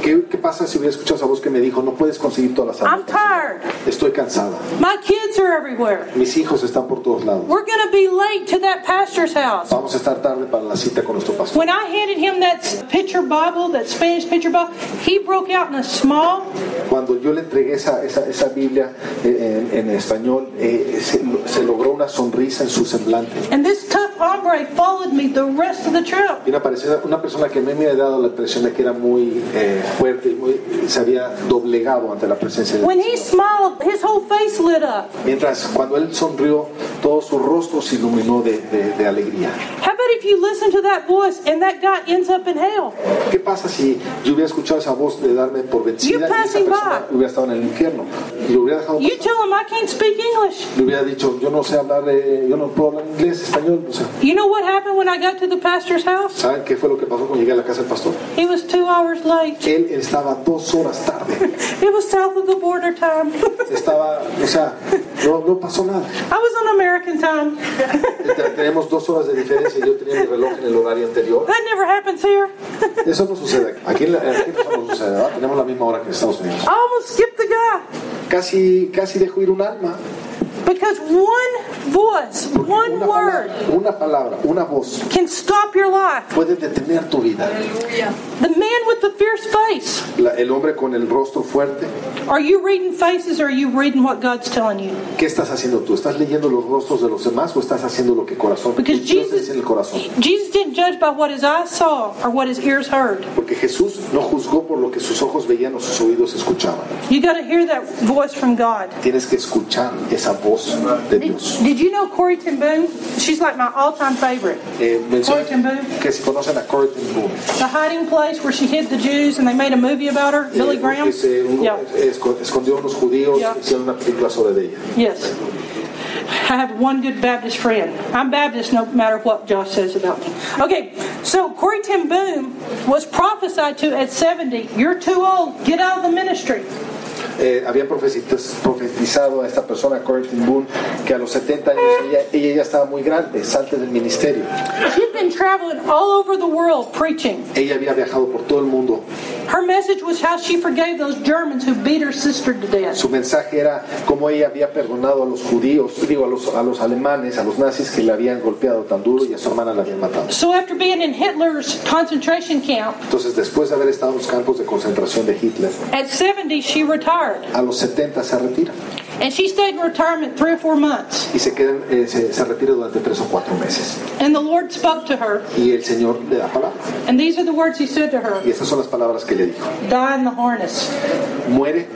S2: ¿Qué, qué pasa si hubiera escuchado esa voz que me dijo, no puedes conseguir todas las
S1: I'm
S2: almas?
S1: tired.
S2: Estoy cansada.
S1: My kids are everywhere.
S2: Mis hijos están por todos lados.
S1: We're going to be late to that pastor's house.
S2: Vamos a estar tarde para la cita con nuestro pastor.
S1: When I handed him that picture Bible, that Spanish picture Bible, he broke out in a small,
S2: Cuando yo le entregué esa, esa, esa Biblia eh, en, en español, eh, se, lo- se logró una sonrisa en su semblante.
S1: and this tough hombre followed me the rest of the trip.
S2: Y una, persona- una persona que a mí me había dado la impresión de que era muy eh, fuerte y muy, se había doblegado ante la presencia de
S1: When
S2: Dios.
S1: he smiled, his whole face lit up.
S2: Mientras cuando él sonrió, todo su rostro se iluminó de, de- de alegría.
S1: How about if you listen to that voice and that guy ends up in hell?
S2: ¿Qué pasa si yo hubiera escuchado esa voz de darme por vencida y esa
S1: passing
S2: persona
S1: by.
S2: hubiera estado en el infierno? Y lo hubiera dejado
S1: You tell him I can't speak English.
S2: le hubiera dicho, yo no sé hablar, eh, yo no puedo hablar inglés, español, o sea,
S1: You know what happened when I got to the pastor's house?
S2: ¿saben qué fue lo que pasó cuando llegué a la casa del pastor?
S1: He was two hours late.
S2: Él estaba dos horas tarde,
S1: It was south of the border time. [laughs]
S2: estaba, o sea, no, no pasó nada.
S1: I was on American time.
S2: Te- Tenemos dos horas de diferencia y yo tenía mi reloj en el horario anterior.
S1: That never happens here.
S2: Eso no sucede aquí. Aquí, en la- aquí no sucede, ¿verdad? Tenemos la misma hora que en Estados Unidos.
S1: I almost skipped the guy
S2: Casi, casi dejo ir un alma.
S1: because one voice, one
S2: Una palabra,
S1: word
S2: una palabra, una voz
S1: can stop your life.
S2: puede detener tu vida.
S1: The man with the fierce face.
S2: La- el hombre con el rostro fuerte,
S1: Are you reading faces or are you reading what God's telling you?
S2: ¿qué estás haciendo tú? ¿Estás leyendo los rostros de los demás o estás haciendo lo que corazón?
S1: Because
S2: Dios
S1: Jesus-
S2: dice en el corazón.
S1: Jesus didn't judge by what his eyes saw or what his ears heard.
S2: Porque Jesús no juzgó por lo que sus ojos veían o sus oídos escuchaban.
S1: You got to hear that voice from God.
S2: Tienes que escuchar esa voz de Dios.
S1: Did you know Corey Ten Boom? She's like my all-time favorite.
S2: Eh, menciona
S1: Corey ten Boom.
S2: que si conocen a Corey ten Boom,
S1: The hiding place where she hid the Jews and they made a movie about her, Billy
S2: eh,
S1: Graham.
S2: que se- un-
S1: Yeah.
S2: esco- escondió a unos judíos,
S1: Yeah.
S2: hicieron una película sobre ella.
S1: Yes. I have one good Baptist friend. I'm Baptist no matter what Josh says about me. Okay, so Corey Ten Boom was prophesied to at 70. You're too old. Get out of the ministry.
S2: Eh, habían profetis- profetizado a esta persona, Corey ten Boom, que a los 70 años ella, ella ya estaba muy grande, salte del ministerio.
S1: She'd been traveling all over the world preaching.
S2: Ella había viajado por todo el mundo.
S1: Her message was how she forgave those Germans who beat her sister to death.
S2: Su mensaje era cómo ella había perdonado a los judíos, digo, a los, a los alemanes, a los nazis que la habían golpeado tan duro y a su hermana la habían matado.
S1: So after being in Hitler's concentration camp,
S2: Entonces, después de haber estado en los campos de concentración de Hitler,
S1: at 70 she retired.
S2: a los 70 se retira
S1: And she stayed in retirement three or four months.
S2: y se, quedan, eh, se, se retira durante tres o cuatro meses.
S1: And the Lord spoke to her.
S2: Y el Señor le da palabra.
S1: And these are the words he said to her
S2: Y estas son las palabras que le dijo.
S1: Die in the harness.
S2: Muere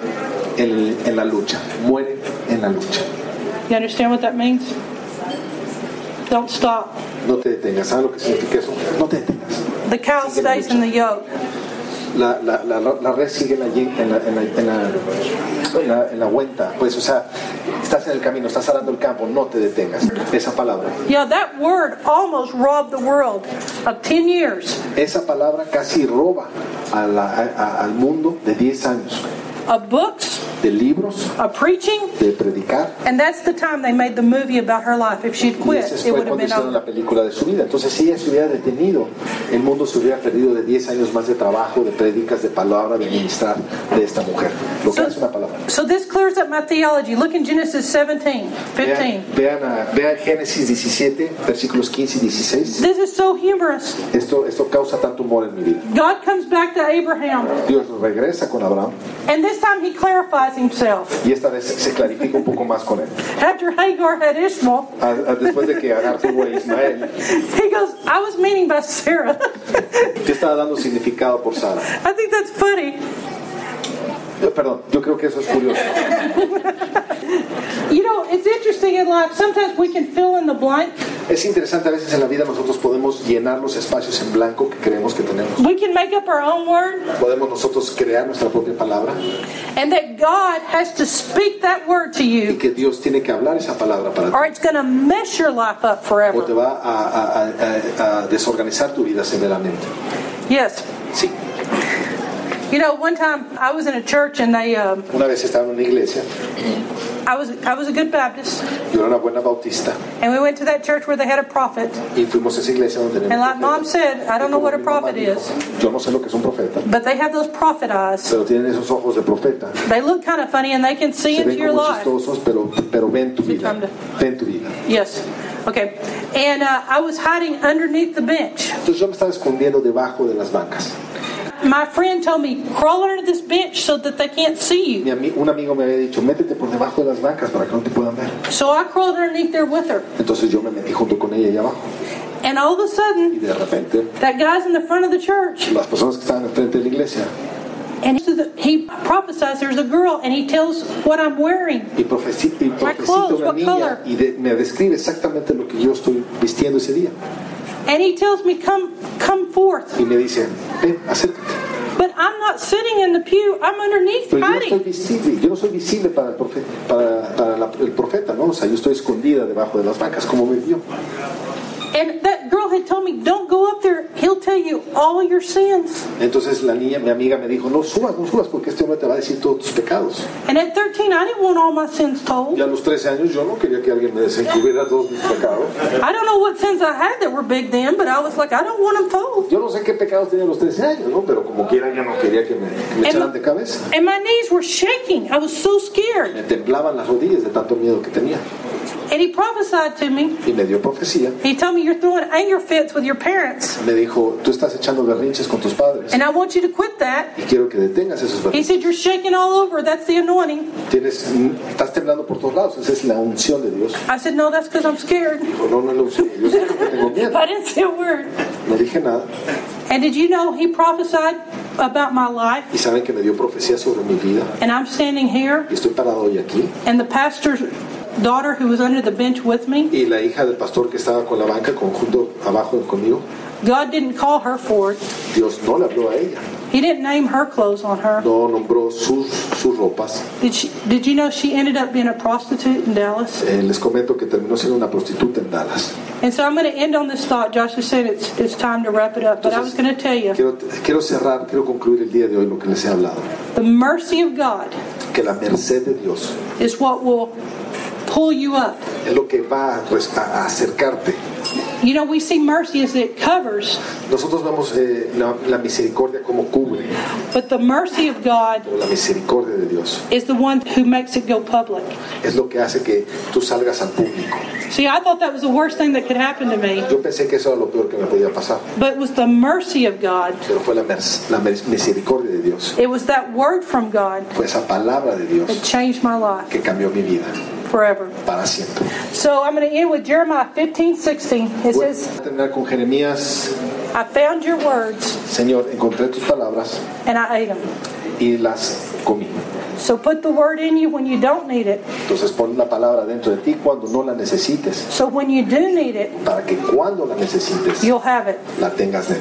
S2: en, en la lucha, muere en la lucha.
S1: You understand what that means? Don't stop.
S2: No te detengas. ¿Sabes lo que significa eso? No te detengas.
S1: The cow stays in the yoke.
S2: La, la, la, la red sigue en la, yen- en la, en la, en la- en la- en la vuelta. Pues, o sea, estás en el camino, estás arando el campo, no te detengas. Esa palabra.
S1: Yeah, that word almost robbed the world of 10 years
S2: Esa palabra casi roba a la- a- a- al mundo de 10 años,
S1: of books,
S2: de libros,
S1: of preaching.
S2: de predicar.
S1: And that's the time they made the movie about her life. If she'd
S2: Y
S1: quit,
S2: ese
S1: it
S2: fue
S1: would have
S2: cuando
S1: been
S2: hicieron la
S1: over.
S2: película de su vida. Entonces, si ella se hubiera detenido, el mundo se hubiera perdido de 10 años más de trabajo, de prédicas, de palabra, de ministrar de esta mujer. Lo que hace una palabra.
S1: So this clears up my theology. Look in Genesis 17, 15.
S2: Vean, vean, a- vean Génesis 17, versículos 15 y 16.
S1: This is so humorous.
S2: Esto, esto causa tanto humor en mi vida.
S1: God comes back to Abraham,
S2: Dios regresa con Abraham
S1: and this time he clarifies himself.
S2: y esta vez se clarifica un poco más con él.
S1: After Hagar had Ishmael, [laughs]
S2: A- a- Después de que Agar tuvo a Ismael,
S1: he goes, I was meaning by Sarah. [laughs]
S2: yo estaba dando significado por Sara.
S1: I think that's funny.
S2: Eh, Perdón, yo creo que eso es curioso.
S1: You know, it's interesting in life. Sometimes we can fill in the blank.
S2: Es interesante, a veces en la vida nosotros podemos llenar los espacios en blanco que creemos que tenemos.
S1: We can make up our own word,
S2: Podemos nosotros crear nuestra propia palabra
S1: and that God has to speak that word to
S2: y
S1: you,
S2: que Dios tiene que hablar esa palabra para ti.
S1: or it's going to mess your life up
S2: O te
S1: forever.
S2: va a, a- a- a- a desorganizar tu vida severamente.
S1: Yes.
S2: Sí,
S1: You know, one time I was in a church, and they, um,
S2: una vez estaba en una iglesia,
S1: I was, I was a good Baptist,
S2: yo era una buena bautista
S1: and we went to that church where they had a prophet.
S2: y fuimos a esa iglesia donde
S1: And
S2: teníamos
S1: like mom said, I don't know what a prophet is,
S2: Yo no sé lo que es un profeta,
S1: but they have those prophet eyes.
S2: pero tienen esos ojos de profeta.
S1: They look kind of funny and they can see
S2: Se
S1: into
S2: ven
S1: your
S2: como
S1: life.
S2: chistosos, pero, pero ven tu vida.
S1: cambia.
S2: Ven tu vida.
S1: Yes. Okay. And uh, I was hiding underneath the bench.
S2: Entonces yo me estaba escondiendo debajo de las bancas.
S1: My friend told me, crawl under this bench so that they can't see
S2: Mi
S1: you.
S2: ami- un amigo me había dicho, métete por debajo de las bancas para que no te puedan ver.
S1: So I crawled underneath there with her.
S2: Entonces yo me metí junto con ella ahí abajo.
S1: And all of a
S2: Y
S1: sudden,
S2: de repente,
S1: that guy's in the front of the church.
S2: las personas que estaban enfrente de la iglesia
S1: And he- he prophesies there's a girl and he tells what I'm wearing.
S2: y profeci- y profecita
S1: clothes,
S2: una
S1: what color?
S2: niña y de- me describe exactamente lo que yo estoy vistiendo ese día.
S1: And he tells me, come, come forth.
S2: y me dicen, ven, acércate.
S1: But I'm not sitting in the pew. I'm underneath
S2: Pero yo no estoy
S1: hiding.
S2: visible, yo no soy visible para el profeta, para, para la- el profeta, ¿no? O sea, yo estoy escondida debajo de las bancas, como me vio.
S1: And that girl had told me, don't go up there. He'll tell you all your sins.
S2: Entonces la niña, mi amiga, me dijo, no subas, no subas, porque este hombre te va a decir todos tus pecados.
S1: And at 13, I didn't want all my sins told.
S2: Y a los 13 años yo no quería que alguien me desencubriera todos mis pecados.
S1: I don't know what sins I had that were big then, but I was like, I don't want them told.
S2: Yo no sé qué pecados tenía a los 13 años, ¿no? Pero como quiera yo no quería que me, que me echaran de cabeza.
S1: And my knees were shaking. I was so scared.
S2: Me temblaban las rodillas de tanto miedo que tenía.
S1: And he prophesied to me.
S2: Y me dio profecía.
S1: He told me, You're throwing anger fits with your parents,
S2: Me dijo, tú estás echando berrinches con tus padres.
S1: and I want you to quit that.
S2: Y quiero que detengas esos berrinches.
S1: He said, You're shaking all over. That's the anointing.
S2: Tienes, estás temblando por todos lados. Esa es la unción de Dios.
S1: I said, No, that's because I'm scared. [laughs]
S2: Dijo, no, no es la unción de Dios, es porque tengo miedo.
S1: I didn't say a word.
S2: No dije nada.
S1: And did you know he prophesied about my life?
S2: Y saben que me dio profecía sobre mi vida.
S1: And I'm standing here,
S2: Y estoy parado hoy aquí.
S1: and the pastor's daughter who was under the bench with me,
S2: Y la hija del pastor que estaba con la banca, conjunto abajo conmigo,
S1: God didn't call her for it.
S2: Dios no le habló a ella.
S1: He didn't name her clothes on her.
S2: No nombró sus, sus ropas.
S1: Did, she, did you know she ended up being a prostitute in Dallas?
S2: Eh, les comento que terminó siendo una prostituta en Dallas.
S1: And so I'm going to end on this thought. Josh has said it's, it's time to wrap it up, but I was going to tell you.
S2: Quiero, quiero cerrar, quiero concluir el día de hoy lo que les he hablado.
S1: The mercy of God
S2: Que la merced de Dios
S1: is what will pull you up.
S2: es lo que va a, res- a- a acercarte.
S1: You know, we see mercy as it covers,
S2: Nosotros vemos eh, la, la misericordia como cubre,
S1: but the mercy of God
S2: o la misericordia de Dios
S1: is the one who makes it go public.
S2: es lo que hace que tú salgas al público.
S1: See, I thought that was the worst thing that could happen to me,
S2: Yo pensé que eso era lo peor que me podía pasar,
S1: but it was the mercy of God.
S2: pero fue la, merc- la mer- misericordia de Dios,
S1: It was that word from God
S2: fue esa palabra de
S1: that
S2: Dios
S1: changed my life
S2: que cambió mi vida
S1: forever.
S2: para siempre.
S1: So I'm going to end with Jeremiah 15, 16. It
S2: Voy
S1: says,
S2: a terminar con Jeremías,
S1: I found your words
S2: Señor, encontré tus palabras
S1: and I ate them.
S2: y las comí.
S1: So put the word in you when you don't need it.
S2: Entonces pon la palabra dentro de ti cuando no la necesites,
S1: So when you do need it,
S2: para que cuando la necesites
S1: you'll have it.
S2: la tengas dentro.